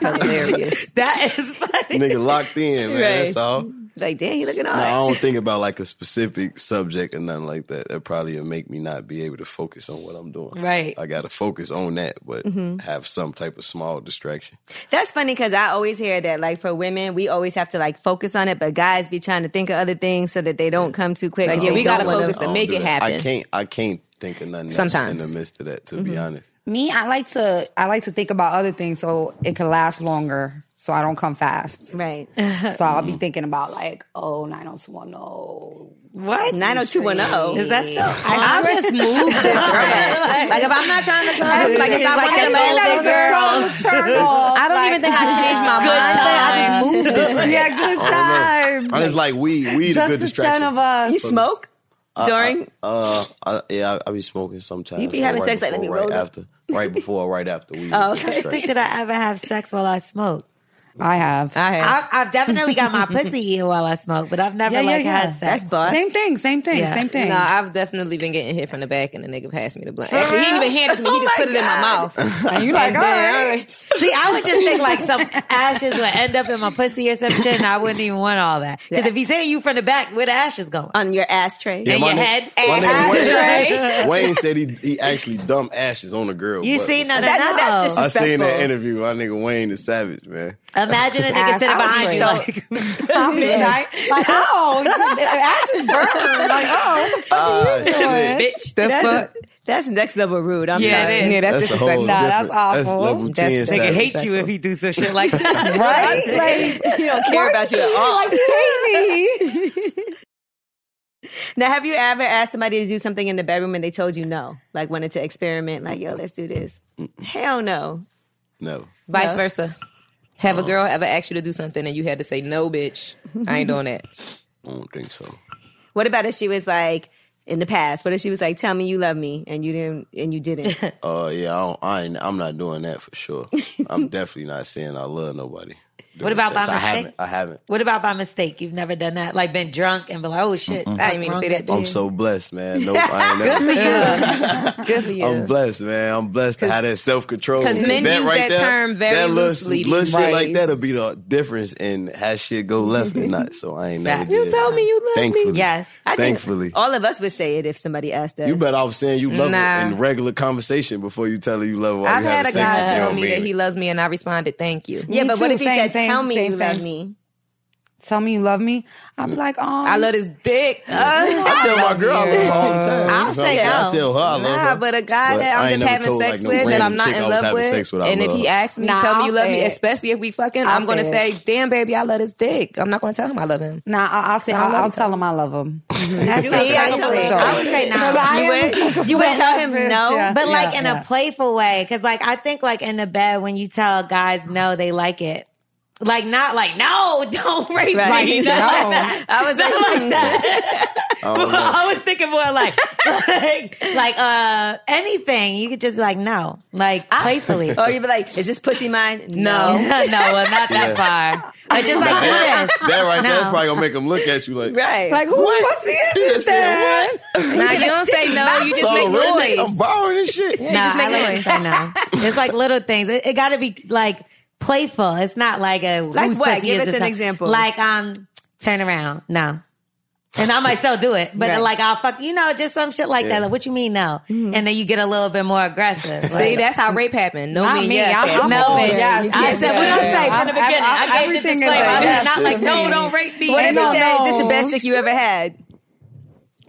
Speaker 7: Man.
Speaker 8: hilarious.
Speaker 6: that is funny.
Speaker 7: Nigga locked in, man.
Speaker 3: Right.
Speaker 7: That's all.
Speaker 3: Like, damn, you looking all
Speaker 7: No, I
Speaker 3: right.
Speaker 7: don't think about like a specific subject or nothing like that. That probably would make me not be able to focus on what I'm doing.
Speaker 6: Right.
Speaker 7: I gotta focus on that, but
Speaker 5: Mm-hmm.
Speaker 7: have some type of small distraction.
Speaker 3: That's funny because I always hear that. Like for women, we always have to like focus on it, but guys be trying to think of other things so that they don't come too quick.
Speaker 8: Like, yeah,
Speaker 3: They
Speaker 8: we
Speaker 3: don't
Speaker 8: gotta
Speaker 3: wanna-
Speaker 8: focus to
Speaker 7: I don't
Speaker 8: make
Speaker 7: do
Speaker 8: it
Speaker 7: that.
Speaker 8: happen.
Speaker 7: I can't I can't think of nothing Sometimes. in
Speaker 8: Sometimes.
Speaker 7: the midst of that, to
Speaker 3: Mm-hmm.
Speaker 7: be honest.
Speaker 5: Me, I like to I like to think about other things so it can last longer, so I don't come fast.
Speaker 3: Right.
Speaker 5: So I'll be thinking about like, oh, 90210.
Speaker 6: What?
Speaker 3: Nine oh two one oh.
Speaker 6: Is that stuff?
Speaker 8: I just moved the thread. Like if I'm not trying to come, like if I
Speaker 6: Like,
Speaker 8: want to
Speaker 6: I
Speaker 8: let
Speaker 6: know
Speaker 8: it
Speaker 6: that girl.
Speaker 5: Girl, turn off.
Speaker 8: I don't even think I changed my mind. I just
Speaker 6: Good times.
Speaker 8: moved the thread.
Speaker 5: Yeah, good
Speaker 7: Oh,
Speaker 5: time.
Speaker 7: I just like weed. Weed a
Speaker 5: Just
Speaker 7: good
Speaker 5: the
Speaker 7: distraction.
Speaker 5: ten of us.
Speaker 3: You smoke
Speaker 7: Uh-uh.
Speaker 3: during?
Speaker 7: Uh, I, yeah, I, I be smoking sometimes.
Speaker 3: You be
Speaker 7: or
Speaker 3: having
Speaker 7: right
Speaker 3: sex like, let
Speaker 7: before,
Speaker 3: me roll
Speaker 7: right
Speaker 3: up.
Speaker 7: after, right before, or right after. Weed
Speaker 3: Oh,
Speaker 7: is a
Speaker 3: okay.
Speaker 7: distraction.
Speaker 6: think that I ever have sex while I smoke.
Speaker 5: I have.
Speaker 8: I have.
Speaker 6: I've, I've definitely got my pussy eaten while I smoke, but I've never
Speaker 5: Yeah, yeah,
Speaker 6: like
Speaker 5: yeah.
Speaker 6: had sex.
Speaker 3: That's bust.
Speaker 5: Same thing, same thing,
Speaker 6: Yeah.
Speaker 5: same thing.
Speaker 8: No, I've definitely been getting hit from the back, and the nigga passed me the blunt. Actually, he didn't even hand it to
Speaker 4: Oh
Speaker 8: me. He just put it in my mouth.
Speaker 5: and you
Speaker 8: And
Speaker 5: like, all
Speaker 8: then I
Speaker 5: right.
Speaker 8: was like,
Speaker 6: See, I would just think like some ashes would end up in my pussy or some shit, and I wouldn't even want all that. Because if he's hitting you from the back, where the ashes going?
Speaker 3: On your ashtray.
Speaker 7: Yeah,
Speaker 6: And
Speaker 7: my
Speaker 6: your
Speaker 7: nigga-
Speaker 6: head.
Speaker 7: my nigga Wayne-
Speaker 8: Ashtray.
Speaker 7: Wayne said he he actually dumped ashes on a girl.
Speaker 6: You
Speaker 7: but-
Speaker 6: see, no, no,
Speaker 3: That-
Speaker 6: no.
Speaker 3: no, that's
Speaker 7: I seen that
Speaker 3: Respectful.
Speaker 7: interview. My nigga Wayne is savage, man.
Speaker 6: Imagine a nigga
Speaker 5: Ass
Speaker 6: sitting
Speaker 5: out
Speaker 6: behind you,
Speaker 5: here.
Speaker 6: like,
Speaker 5: I'll be like, like, oh, the ashes burn. Like, oh, what the fuck
Speaker 7: Ah,
Speaker 5: are you doing?
Speaker 7: shit.
Speaker 6: bitch.
Speaker 8: The fuck?
Speaker 3: That's next level rude. I'm
Speaker 6: Yeah,
Speaker 3: sorry.
Speaker 6: it is.
Speaker 8: Yeah, that's,
Speaker 7: a
Speaker 8: disrespectful.
Speaker 5: Nah, that's
Speaker 7: different-
Speaker 5: awful.
Speaker 7: That's level
Speaker 8: That's-
Speaker 7: ten.
Speaker 8: Nigga
Speaker 6: Nigga
Speaker 7: savage.
Speaker 6: hate you if he do some shit like that.
Speaker 5: Right? Like,
Speaker 3: He don't care about you at all.
Speaker 5: like, hate me.
Speaker 3: Now, have you ever asked somebody to do something in the bedroom and they told you no? Like wanted to experiment, like, yo, let's do this. Hell no.
Speaker 7: No,
Speaker 8: Vice versa. Have
Speaker 4: Oh.
Speaker 8: a girl ever asked you to do something and you had to say no, bitch? I ain't doing that.
Speaker 7: I don't think so.
Speaker 3: What about if she was like in the past? What if she was like, tell me you love me and you didn't and you didn't?
Speaker 7: Uh, yeah, I, don't, I ain't, I'm not doing that for sure. I'm definitely not saying I love nobody.
Speaker 6: What about by
Speaker 7: sense. I
Speaker 6: mistake?
Speaker 7: haven't. I haven't.
Speaker 6: What about by mistake? You've never done that, like been drunk and be like, "Oh shit,
Speaker 4: I didn't mean to say that.
Speaker 7: I'm so blessed, man. Nope, I ain't never.
Speaker 4: Good for you. Good for you.
Speaker 7: I'm blessed, man. I'm blessed to have that self control.
Speaker 4: 'cause men use that term very loosely
Speaker 7: Little,
Speaker 4: these
Speaker 7: shit like
Speaker 4: days.
Speaker 7: that'll be the difference in how shit go left and not. So I ain't never.
Speaker 6: Fact.
Speaker 7: did
Speaker 6: You
Speaker 7: it.
Speaker 4: told me you loved me.
Speaker 7: Thankfully.
Speaker 6: Yes.
Speaker 3: I think
Speaker 7: Thankfully.
Speaker 4: Oh,
Speaker 3: all of us would say it if somebody asked us.
Speaker 7: You bet I was saying you love
Speaker 4: Nah.
Speaker 7: her in regular conversation before you tell her you love her. while
Speaker 4: I've
Speaker 7: you
Speaker 4: had a
Speaker 7: having sex
Speaker 4: guy
Speaker 7: with your
Speaker 4: tell
Speaker 7: own
Speaker 4: me
Speaker 7: man.
Speaker 4: that he loves me, and I responded, "Thank you."
Speaker 3: yeah,
Speaker 5: Me
Speaker 3: but what
Speaker 5: too.
Speaker 3: if he
Speaker 5: Same
Speaker 3: said,
Speaker 5: thing,
Speaker 3: "Tell me
Speaker 5: same
Speaker 3: you love
Speaker 5: thing.
Speaker 3: me"?
Speaker 5: Tell me you love me. I'll be like, oh,
Speaker 4: I love his dick. Uh,
Speaker 7: I tell my girl I love
Speaker 6: I'll
Speaker 7: her all the time. You know what I'm
Speaker 6: say
Speaker 7: saying? I
Speaker 6: no.
Speaker 7: tell her I love
Speaker 4: Nah,
Speaker 7: her.
Speaker 4: but a guy
Speaker 7: But
Speaker 4: that
Speaker 7: I
Speaker 4: I'm
Speaker 7: ain't
Speaker 4: just
Speaker 7: never
Speaker 4: having
Speaker 7: told,
Speaker 4: sex
Speaker 7: like, no
Speaker 4: with that I'm
Speaker 7: random
Speaker 4: not
Speaker 7: chick I
Speaker 4: in
Speaker 7: was
Speaker 4: love
Speaker 7: having
Speaker 4: with,
Speaker 7: sex with, I
Speaker 4: and if
Speaker 7: love
Speaker 4: he
Speaker 7: her.
Speaker 4: asks me,
Speaker 6: Nah,
Speaker 4: tell me you
Speaker 6: I'll
Speaker 4: love
Speaker 6: say
Speaker 4: me,
Speaker 6: it.
Speaker 4: especially if we fucking,
Speaker 5: I'll
Speaker 4: I'm gonna
Speaker 5: say
Speaker 4: say, "Damn, baby, I love his dick." I'm not gonna tell him I love him.
Speaker 5: Nah, I, I'll say,
Speaker 4: I
Speaker 5: I'll,
Speaker 4: love
Speaker 5: I'll
Speaker 4: it.
Speaker 5: tell him I love him.
Speaker 6: That's
Speaker 3: See,
Speaker 6: not
Speaker 3: I
Speaker 6: thankful.
Speaker 3: told him.
Speaker 6: I would say
Speaker 5: No, but I am
Speaker 6: no. You would,
Speaker 5: responsible
Speaker 6: you would
Speaker 5: for
Speaker 6: tell
Speaker 5: that.
Speaker 6: him
Speaker 5: Yeah,
Speaker 6: no,
Speaker 5: yeah,
Speaker 6: but like in
Speaker 5: yeah.
Speaker 6: a playful way, because like I think like in the bed when you tell guys no, they like it. Like not like no, don't rape
Speaker 3: Right.
Speaker 6: me.
Speaker 3: Like,
Speaker 6: Not
Speaker 5: no.
Speaker 6: that. I was not like that.
Speaker 7: I don't know.
Speaker 6: I was thinking more like like, like uh anything. You could just be like no, like playfully.
Speaker 3: Or Oh, you'd be like, "Is this pussy mine?"
Speaker 6: no, well, not that far. I just like do this.
Speaker 7: That right there is
Speaker 6: No.
Speaker 7: probably gonna make him look at you like.
Speaker 3: right?
Speaker 5: Like, who pussy is this?
Speaker 4: Now you don't say no, you just
Speaker 7: "So,
Speaker 4: make
Speaker 7: redneck, I'm
Speaker 4: noise.
Speaker 7: borrowing this shit.
Speaker 4: You
Speaker 6: Nah,
Speaker 4: just make noise.
Speaker 6: I like to say no. It's like little things. It, got to be like playful. It's not like a
Speaker 3: Like
Speaker 6: whose
Speaker 3: what?
Speaker 6: pussy
Speaker 3: Give
Speaker 6: is
Speaker 3: us
Speaker 6: this
Speaker 3: an
Speaker 6: now?
Speaker 3: example.
Speaker 6: Like um, turn around. No. And I might still do it, but
Speaker 3: Right.
Speaker 6: like I'll fuck, you know, just some shit like that. Like, what you mean, no? And then you get a little bit more aggressive.
Speaker 4: See,
Speaker 6: Like,
Speaker 4: that's how rape happened. No,
Speaker 5: Not
Speaker 4: me,
Speaker 5: me.
Speaker 4: yes.
Speaker 5: I'm- I'm
Speaker 6: no,
Speaker 5: Oh,
Speaker 6: baby.
Speaker 5: yes,
Speaker 6: I
Speaker 5: yes,
Speaker 6: said what
Speaker 5: yes,
Speaker 6: I say
Speaker 5: yes.
Speaker 6: from the beginning.
Speaker 5: I'm-
Speaker 6: I,
Speaker 5: I'm-
Speaker 6: gave the
Speaker 5: everything is
Speaker 6: disclaimer.
Speaker 5: like
Speaker 6: I
Speaker 5: yes
Speaker 6: was not
Speaker 5: to
Speaker 6: like, no,
Speaker 5: me.
Speaker 6: don't rape me.
Speaker 3: what if he
Speaker 5: No,
Speaker 3: said, "Is this the
Speaker 5: no.
Speaker 3: best dick you ever had?"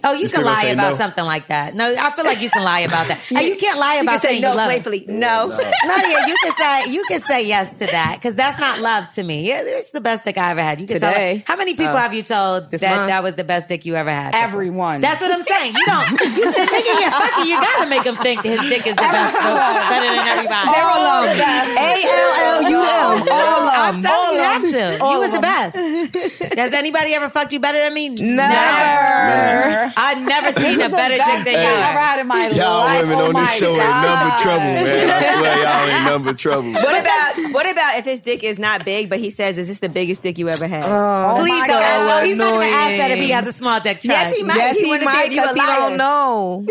Speaker 6: oh, you, can
Speaker 7: still gonna
Speaker 6: lie
Speaker 7: say
Speaker 6: about
Speaker 7: no?
Speaker 6: something like that. No, I feel like you can lie about that. and you can't lie
Speaker 3: You
Speaker 6: about
Speaker 3: can say
Speaker 6: saying
Speaker 3: no
Speaker 6: you love him.
Speaker 3: playfully. No,
Speaker 6: No, yeah, you can say you can say yes to that because that's not love to me. Yeah, it's the best dick I ever had. You can
Speaker 4: Today.
Speaker 6: Tell, how many people
Speaker 4: Oh.
Speaker 6: have you told that
Speaker 4: This month.
Speaker 6: that was the best dick you ever had?
Speaker 5: Everyone.
Speaker 6: That's what I'm saying. You don't. You the nigga you fucking. You gotta make him think his dick is the best, better than everybody.
Speaker 4: All of them. A-L-L-U-M. All of
Speaker 6: I'm
Speaker 4: them.
Speaker 6: telling you, you have to. you was
Speaker 5: of
Speaker 6: the best. Has anybody ever fucked you better than me?
Speaker 7: Man.
Speaker 4: Never.
Speaker 6: I've never seen a better dick
Speaker 5: best
Speaker 6: than
Speaker 5: thing I ever
Speaker 6: y'all.
Speaker 5: had in my
Speaker 7: Y'all
Speaker 5: life.
Speaker 7: women
Speaker 5: oh
Speaker 7: on
Speaker 5: my
Speaker 7: this show ain't number
Speaker 5: God.
Speaker 7: trouble, man. I swear y'all ain't number trouble.
Speaker 3: What about what about if his dick is not big, but he says, "Is this the biggest dick you ever had?"
Speaker 4: Oh,
Speaker 6: Please
Speaker 4: my
Speaker 6: don't.
Speaker 4: God,
Speaker 6: ask- he's not gonna ask that if he
Speaker 4: annoying.
Speaker 6: has a small dick. Trust.
Speaker 3: Yes, he might.
Speaker 4: Yes,
Speaker 3: he
Speaker 4: he
Speaker 3: wanna see
Speaker 4: might
Speaker 3: if you a
Speaker 4: because he
Speaker 3: liar.
Speaker 4: don't know.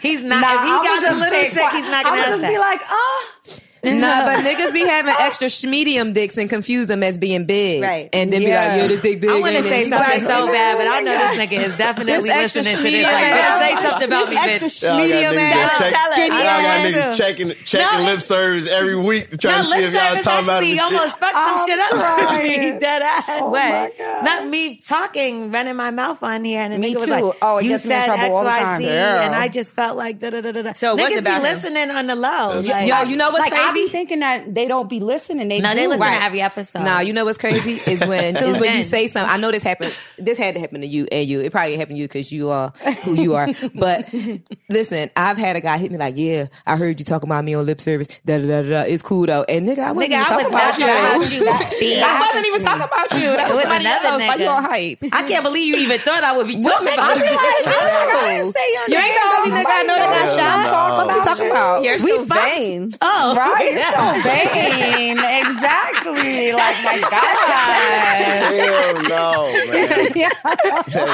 Speaker 6: He's not.
Speaker 5: Nah,
Speaker 6: if he
Speaker 5: I would
Speaker 6: got the
Speaker 5: just
Speaker 6: little
Speaker 5: say,
Speaker 6: dick, he's not gonna
Speaker 5: I would
Speaker 6: ask
Speaker 5: just
Speaker 6: that.
Speaker 5: be like, oh.
Speaker 4: Nah, but niggas be having extra medium dicks and confuse them as being big.
Speaker 3: Right.
Speaker 4: And then be
Speaker 5: Yeah.
Speaker 4: like, yo, this dick big.
Speaker 6: I want to
Speaker 4: ain't it?
Speaker 6: say
Speaker 4: You
Speaker 6: something
Speaker 4: like,
Speaker 6: so bad, but I know this nigga is
Speaker 4: This
Speaker 6: definitely
Speaker 4: extra
Speaker 6: listening to this.
Speaker 4: medium
Speaker 6: Like,
Speaker 4: ass.
Speaker 6: bitch, say something about me,
Speaker 4: Extra
Speaker 6: bitch.
Speaker 4: sh- medium
Speaker 7: that
Speaker 4: ass.
Speaker 7: check-
Speaker 3: Tell us.
Speaker 7: y'all got
Speaker 3: Skinny
Speaker 7: niggas
Speaker 3: ass.
Speaker 7: checking, checking
Speaker 6: No,
Speaker 7: lip service every week to try
Speaker 6: No,
Speaker 7: to see
Speaker 6: lip
Speaker 7: if y'all
Speaker 6: service
Speaker 7: talking about
Speaker 6: actually
Speaker 7: this
Speaker 6: almost
Speaker 7: shit.
Speaker 6: fucked some shit up for me.
Speaker 5: crying.
Speaker 6: Dead ass
Speaker 5: Oh my
Speaker 6: way.
Speaker 5: God.
Speaker 6: Not me talking, running my mouth on here, and the
Speaker 5: Me
Speaker 6: nigga was
Speaker 5: too.
Speaker 6: like,
Speaker 5: Oh, it
Speaker 6: "You
Speaker 5: gets me in
Speaker 6: said X,
Speaker 5: trouble all the
Speaker 6: Y,
Speaker 5: time,
Speaker 6: Z,"
Speaker 5: girl.
Speaker 6: and I just felt like da da da da da.
Speaker 3: So it was
Speaker 6: niggas
Speaker 3: about
Speaker 6: be
Speaker 3: him.
Speaker 6: listening on the low. Like,
Speaker 4: Yo, you know what's
Speaker 5: like, I be
Speaker 4: crazy?
Speaker 5: thinking that they don't be listening. They
Speaker 6: no, they
Speaker 5: do.
Speaker 6: listen
Speaker 4: Right.
Speaker 6: to every episode.
Speaker 4: Nah, you know what's crazy is when is when
Speaker 6: in.
Speaker 4: you say something. I know this happened. This had to happen to you and you. It probably happened to you because you are who you are. But listen, I've had a guy hit me like, "Yeah, I heard you talking about me on lip service. Da da da da. da. It's cool though." And nigga, I wasn't
Speaker 6: Nigga,
Speaker 4: even
Speaker 6: I was
Speaker 4: talking
Speaker 6: not
Speaker 4: about you.
Speaker 6: about you.
Speaker 4: I wasn't even talking about you. That
Speaker 6: It
Speaker 4: was
Speaker 6: was
Speaker 4: somebody
Speaker 6: another
Speaker 4: else. Why
Speaker 6: nigga.
Speaker 4: you all hype?
Speaker 6: I can't believe you even thought I would be
Speaker 4: What
Speaker 6: talking
Speaker 4: makes
Speaker 6: about
Speaker 4: you
Speaker 6: you.
Speaker 4: be like,
Speaker 5: I
Speaker 4: oh,
Speaker 5: didn't say your
Speaker 4: you ain't
Speaker 5: name.
Speaker 4: the only nigga I know that got
Speaker 7: Nobody
Speaker 4: shot.
Speaker 7: knows.
Speaker 4: What you talking about?
Speaker 3: You're
Speaker 6: We
Speaker 3: so
Speaker 6: fucked.
Speaker 3: vain.
Speaker 6: Oh,
Speaker 5: Right, you're so vain. Exactly. Like my God.
Speaker 7: Hell no, man. That's funny as hell.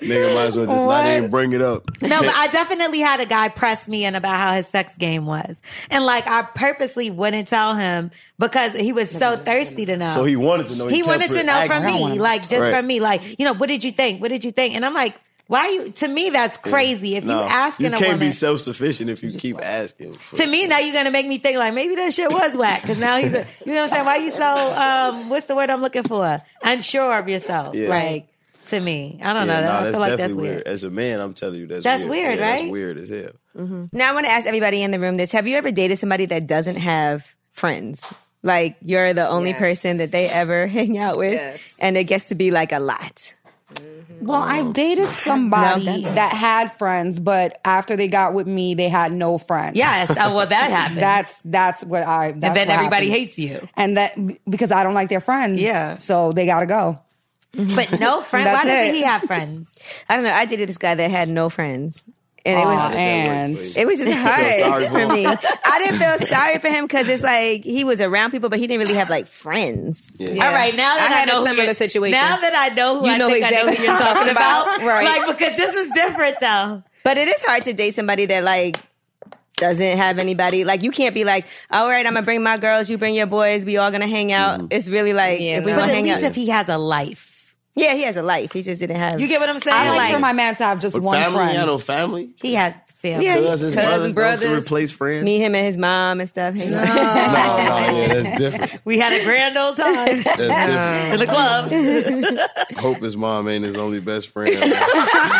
Speaker 7: Nigga might as well just not even bring it up.
Speaker 6: No, but I definitely had a guy press me in about how his sex game was. And like I purposely wouldn't tell him because he was so thirsty to know.
Speaker 7: So he wanted to know.
Speaker 6: He
Speaker 7: kept
Speaker 6: wanted to know from
Speaker 7: asking.
Speaker 6: me, like just
Speaker 7: Right.
Speaker 6: from me, like, you know, what did you think? What did you think? And I'm like, why are you to me that's crazy. If
Speaker 7: No,
Speaker 6: you asking
Speaker 7: you
Speaker 6: a
Speaker 7: can't
Speaker 6: woman
Speaker 7: be self sufficient if you keep asking. for-
Speaker 6: to me now you're gonna make me think like maybe that shit was whack because now he's a, you know what I'm saying why you so um what's the word I'm looking for unsure of yourself
Speaker 7: Yeah.
Speaker 6: like to me I don't know
Speaker 7: Yeah, nah,
Speaker 6: that I
Speaker 7: that's
Speaker 6: feel like that's
Speaker 7: definitely
Speaker 6: weird,
Speaker 7: As a man, I'm telling you, that's
Speaker 6: That's
Speaker 7: weird
Speaker 6: weird,
Speaker 7: Yeah,
Speaker 6: right?
Speaker 7: That's weird as hell.
Speaker 3: Now I want to ask everybody in the room this: Have you ever dated somebody that doesn't have friends? Like you're the only
Speaker 4: Yes.
Speaker 3: person that they ever hang out with,
Speaker 4: Yes.
Speaker 3: and it gets to be like a lot.
Speaker 5: Well, I've dated somebody
Speaker 3: No, that's-
Speaker 5: that had friends, but after they got with me, they had no friends.
Speaker 6: yes oh well that happened
Speaker 5: That's that's what I. That's
Speaker 6: and then
Speaker 5: what
Speaker 6: everybody
Speaker 5: happens.
Speaker 6: hates you
Speaker 5: and that because I don't like their friends.
Speaker 3: Yeah.
Speaker 5: so they gotta go.
Speaker 6: but no friends why
Speaker 5: That's
Speaker 6: doesn't
Speaker 5: it.
Speaker 6: he have friends
Speaker 3: I don't know. I dated this guy that had no friends. and it was
Speaker 5: and
Speaker 3: It was just hard
Speaker 7: sorry
Speaker 3: for
Speaker 7: for
Speaker 3: me.
Speaker 7: him.
Speaker 3: I didn't feel sorry for him because it's like he was around people, but he didn't really have like friends.
Speaker 6: All right, now that
Speaker 4: I
Speaker 6: I,
Speaker 4: had a
Speaker 6: know who
Speaker 4: similar
Speaker 6: you're-
Speaker 4: situation.
Speaker 6: Now that I know who
Speaker 4: You
Speaker 6: I
Speaker 4: know
Speaker 6: think I know
Speaker 4: exactly
Speaker 6: who you're talking about,
Speaker 4: Right.
Speaker 6: Like because this is different though.
Speaker 3: But it is hard to date somebody that like doesn't have anybody. Like you can't be like, all right, I'm gonna bring my girls, you bring your boys, we all gonna hang out. It's really like
Speaker 4: Yeah,
Speaker 3: if we
Speaker 4: no.
Speaker 3: want
Speaker 4: But
Speaker 3: to
Speaker 4: at
Speaker 3: hang out.
Speaker 6: he has a life,
Speaker 3: yeah, he has a life. He just didn't have.
Speaker 6: you get what I'm saying?
Speaker 5: I like,
Speaker 6: like
Speaker 5: for my man to have just
Speaker 7: But
Speaker 5: one
Speaker 7: family,
Speaker 5: friend.
Speaker 7: yeah, no family.
Speaker 6: he has family.
Speaker 3: Yeah.
Speaker 7: Cousins, brothers, brothers.
Speaker 4: brothers.
Speaker 7: Those can replace friends.
Speaker 3: me, him, and his mom and stuff. hang out.
Speaker 7: No, no, yeah, that's different.
Speaker 6: We had a grand old time
Speaker 7: That's different.
Speaker 6: in the club.
Speaker 7: I hope his mom ain't his only best friend.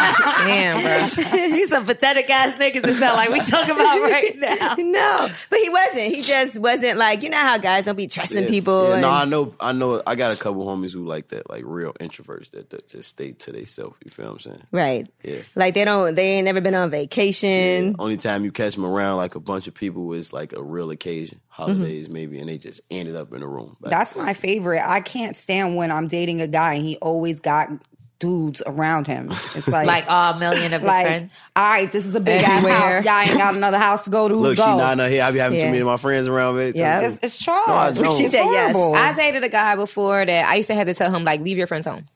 Speaker 4: Damn, bro.
Speaker 6: He's some pathetic ass niggas. It sound like we talking about right now.
Speaker 3: No, but he wasn't. He just wasn't like you know how guys don't be trusting
Speaker 7: Yeah.
Speaker 3: people.
Speaker 7: Yeah,
Speaker 3: and-
Speaker 7: no, I know, I know. I got a couple homies who like that, like real introverts that, that just stay to themselves. You feel what I'm saying?
Speaker 3: Right.
Speaker 7: Yeah.
Speaker 3: Like they don't. They ain't never been on vacation.
Speaker 7: Only time you catch them around like a bunch of people is like a real occasion, holidays maybe, and they just ended up in a room. Like,
Speaker 5: That's my favorite. I can't stand when I'm dating a guy and he always got dudes around him. It's like,
Speaker 6: Like all million of his
Speaker 5: like,
Speaker 6: friends.
Speaker 5: all right, this is a big ass
Speaker 4: Everywhere.
Speaker 5: house. Y'all ain't got another house to go to.
Speaker 7: Look,
Speaker 5: go.
Speaker 7: she not not here. I be having
Speaker 3: Yeah.
Speaker 7: too many of my friends around. babe.
Speaker 3: Yeah.
Speaker 5: It's, it's
Speaker 7: No, I
Speaker 5: Charles.
Speaker 7: don't.
Speaker 3: She said yes.
Speaker 4: I dated a guy before that I used to have to tell him like, leave your friends home.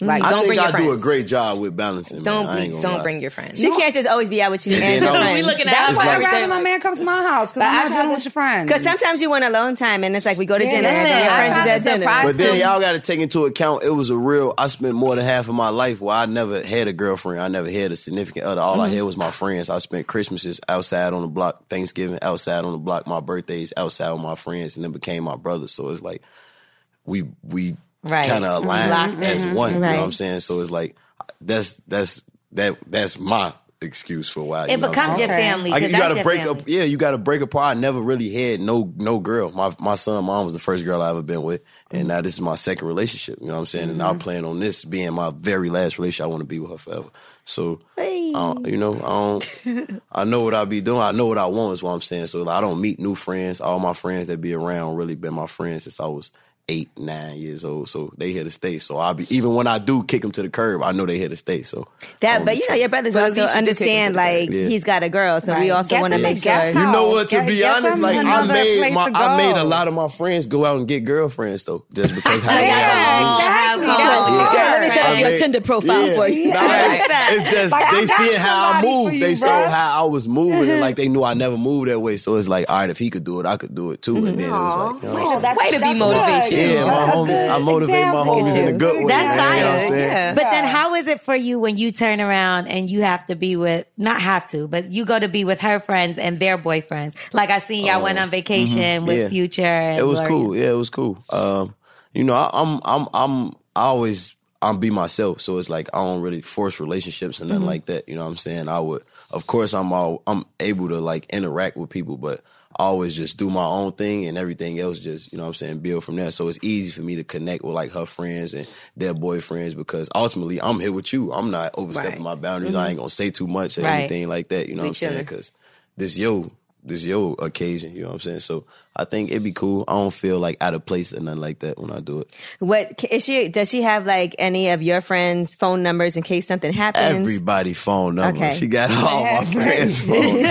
Speaker 4: Like,
Speaker 7: Mm-hmm. I
Speaker 4: don't
Speaker 7: think
Speaker 4: bring
Speaker 7: I
Speaker 4: your friends.
Speaker 7: do a great job with balancing. man.
Speaker 4: Don't
Speaker 7: I ain't
Speaker 4: bring,
Speaker 7: gonna
Speaker 4: don't
Speaker 7: lie.
Speaker 4: bring your friends.
Speaker 3: She can't just always be out with you and
Speaker 7: then
Speaker 3: your
Speaker 7: I was-
Speaker 3: friends.
Speaker 7: We
Speaker 6: looking at
Speaker 5: That's
Speaker 6: her
Speaker 5: why I'd
Speaker 6: like-
Speaker 5: rather my man comes to my house because I'm
Speaker 4: I try
Speaker 5: not dealing
Speaker 4: to-
Speaker 5: with your friends.
Speaker 3: Because sometimes you want alone time, and it's like we go to
Speaker 4: Yeah,
Speaker 3: dinner, and
Speaker 4: listen,
Speaker 3: your
Speaker 4: I
Speaker 3: friends is
Speaker 4: tried
Speaker 3: at
Speaker 4: to
Speaker 3: dinner.
Speaker 4: surprise-
Speaker 7: But then
Speaker 4: So-
Speaker 7: y'all got to take into account it was a real. I spent more than half of my life where I never had a girlfriend. I never had a significant other. All
Speaker 4: Mm-hmm.
Speaker 7: I had was my friends. I spent Christmases outside on the block, Thanksgiving outside on the block, my birthdays outside with my friends, and then became my brothers. So it's like we we
Speaker 6: Right.
Speaker 7: kind
Speaker 4: Mm-hmm.
Speaker 7: of aligned
Speaker 6: Locked
Speaker 7: as one. You know
Speaker 3: Right.
Speaker 7: what I'm saying? So it's like that's that's that that's my excuse for why you
Speaker 6: It
Speaker 7: know what I'm
Speaker 6: becomes
Speaker 7: saying?
Speaker 6: your family.
Speaker 7: Like,
Speaker 6: 'cause
Speaker 7: you
Speaker 6: that's
Speaker 7: gotta
Speaker 6: your
Speaker 7: break
Speaker 6: family.
Speaker 7: up. Yeah, you got to break apart. I never really had no no girl. My my son, mom was the first girl I ever been with, and now this is my second relationship. You know what I'm saying? And I plan on this being my very last relationship. I want to be with her forever. So, I don't- you know, I don't. I know what I be doing. I know what I want. Is what I'm saying. So like, I don't meet new friends. All my friends that be around really been my friends since I was. Eight, nine years old, so they here to stay. So I be even when I do kick them to the curb, I know they here to stay. So
Speaker 3: That, but you know, your brothers
Speaker 4: But at
Speaker 3: also
Speaker 4: least you do kick
Speaker 3: understand
Speaker 4: it to the
Speaker 3: like
Speaker 7: Yeah.
Speaker 3: he's got a girl, so we
Speaker 6: Right.
Speaker 3: also
Speaker 5: Get
Speaker 3: want to
Speaker 5: them a
Speaker 3: make sure.
Speaker 5: guest
Speaker 7: You know what? To
Speaker 5: Get-
Speaker 7: be
Speaker 5: get
Speaker 7: honest,
Speaker 5: them
Speaker 7: like I
Speaker 5: another
Speaker 7: made
Speaker 5: place
Speaker 7: my,
Speaker 5: to
Speaker 7: I made
Speaker 5: go.
Speaker 7: a lot of my friends go out and get girlfriends though, just because how they
Speaker 6: Oh,
Speaker 7: have
Speaker 6: have
Speaker 5: Exactly. That's
Speaker 6: fun.
Speaker 5: what
Speaker 3: Girl,
Speaker 5: Yeah.
Speaker 3: let me set
Speaker 7: I
Speaker 3: up your
Speaker 7: mean,
Speaker 3: Tinder profile
Speaker 7: yeah.
Speaker 3: for you.
Speaker 7: Nah,
Speaker 6: Right.
Speaker 7: it's just
Speaker 5: Like, I
Speaker 7: they
Speaker 5: got
Speaker 7: seeing how I
Speaker 5: somebody for
Speaker 7: moved.
Speaker 5: you,
Speaker 7: they saw
Speaker 5: bruh.
Speaker 7: how I was moving, and like they knew I never moved that way. So it's like, all right, if he could do it, I could do it too. And then it was like, you know,
Speaker 5: Oh, that's-
Speaker 4: Way to be
Speaker 5: that's
Speaker 4: motivation.
Speaker 5: good.
Speaker 7: yeah, my
Speaker 5: That's
Speaker 7: homies,
Speaker 5: good
Speaker 7: I motivate my
Speaker 5: example.
Speaker 7: homies in a good way.
Speaker 6: That's
Speaker 7: you know what I'm
Speaker 6: fine.
Speaker 7: saying?
Speaker 4: Yeah.
Speaker 6: But then how is it for you when you turn around and you have to be with not have to, but you go to be with her friends and their boyfriends? Like I seen y'all went on vacation with
Speaker 7: Oh. Mm-hmm. yeah.
Speaker 6: Future and
Speaker 7: it was
Speaker 6: Lori.
Speaker 7: cool. Yeah, it was cool. Um, you know, I, I'm I'm I'm I always I'm be myself, so it's like I don't really force relationships
Speaker 4: Mm-hmm.
Speaker 7: and nothing like that. You know what I'm saying? I would, of course, I'm all I'm able to like interact with people, but I always just do my own thing and everything else just you know what I'm saying build from there. So it's easy for me to connect with like her friends and their boyfriends because ultimately I'm here with you. I'm not overstepping
Speaker 4: Right. Mm-hmm.
Speaker 7: my boundaries. I ain't gonna say too much or
Speaker 6: Right.
Speaker 7: anything like that. You know what I'm saying?
Speaker 4: chilling.
Speaker 7: Because this yo this yo occasion. You know what I'm saying? So I think it'd be cool. I don't feel like out of place or nothing like that when I do it.
Speaker 3: What is she? Does she have like any of your friends' phone numbers in case something happens?
Speaker 7: Everybody phone number.
Speaker 3: Okay.
Speaker 7: She got all my friends' phone.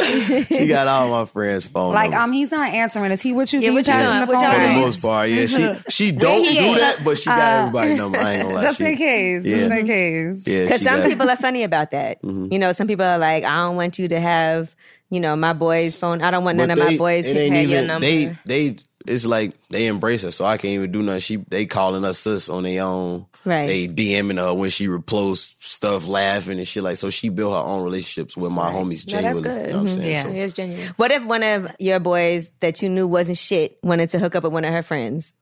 Speaker 7: She got all my friends' phone.
Speaker 5: Like,
Speaker 7: number.
Speaker 5: um, he's not answering us. He with you?
Speaker 6: Yeah,
Speaker 5: Can
Speaker 6: what
Speaker 5: you
Speaker 6: you
Speaker 5: pass
Speaker 6: doing?
Speaker 5: him the
Speaker 6: What y'all
Speaker 7: for the
Speaker 5: phone?
Speaker 6: doing?
Speaker 7: most part, yeah. She she don't
Speaker 4: he
Speaker 7: do
Speaker 4: at?
Speaker 7: that, but she got everybody number. I ain't gonna lie.
Speaker 5: Uh, Just
Speaker 7: she,
Speaker 5: in case. Just
Speaker 7: Yeah.
Speaker 5: in case.
Speaker 7: yeah, Mm-hmm.
Speaker 3: Because
Speaker 7: she
Speaker 3: some
Speaker 7: got-
Speaker 3: people are funny about that. You know, some people are like, I don't want you to have, you know, my boy's phone. I don't want none
Speaker 7: But
Speaker 3: of my
Speaker 7: they-
Speaker 3: boys.
Speaker 7: it ain't
Speaker 4: had your
Speaker 7: even-
Speaker 4: number.
Speaker 7: They they it's like they embrace her, so I can't even do nothing. She they calling us sis on their own.
Speaker 3: Right.
Speaker 7: They DMing her when she reposts stuff, laughing and shit like. So she built her own relationships with my homies.
Speaker 4: No, that's
Speaker 7: Genuinely,
Speaker 4: good. Mm-hmm.
Speaker 7: You know what I'm saying?
Speaker 6: Yeah.
Speaker 7: So,
Speaker 4: It's genuine.
Speaker 3: What if one of your boys that you knew wasn't shit wanted to hook up with one of her friends?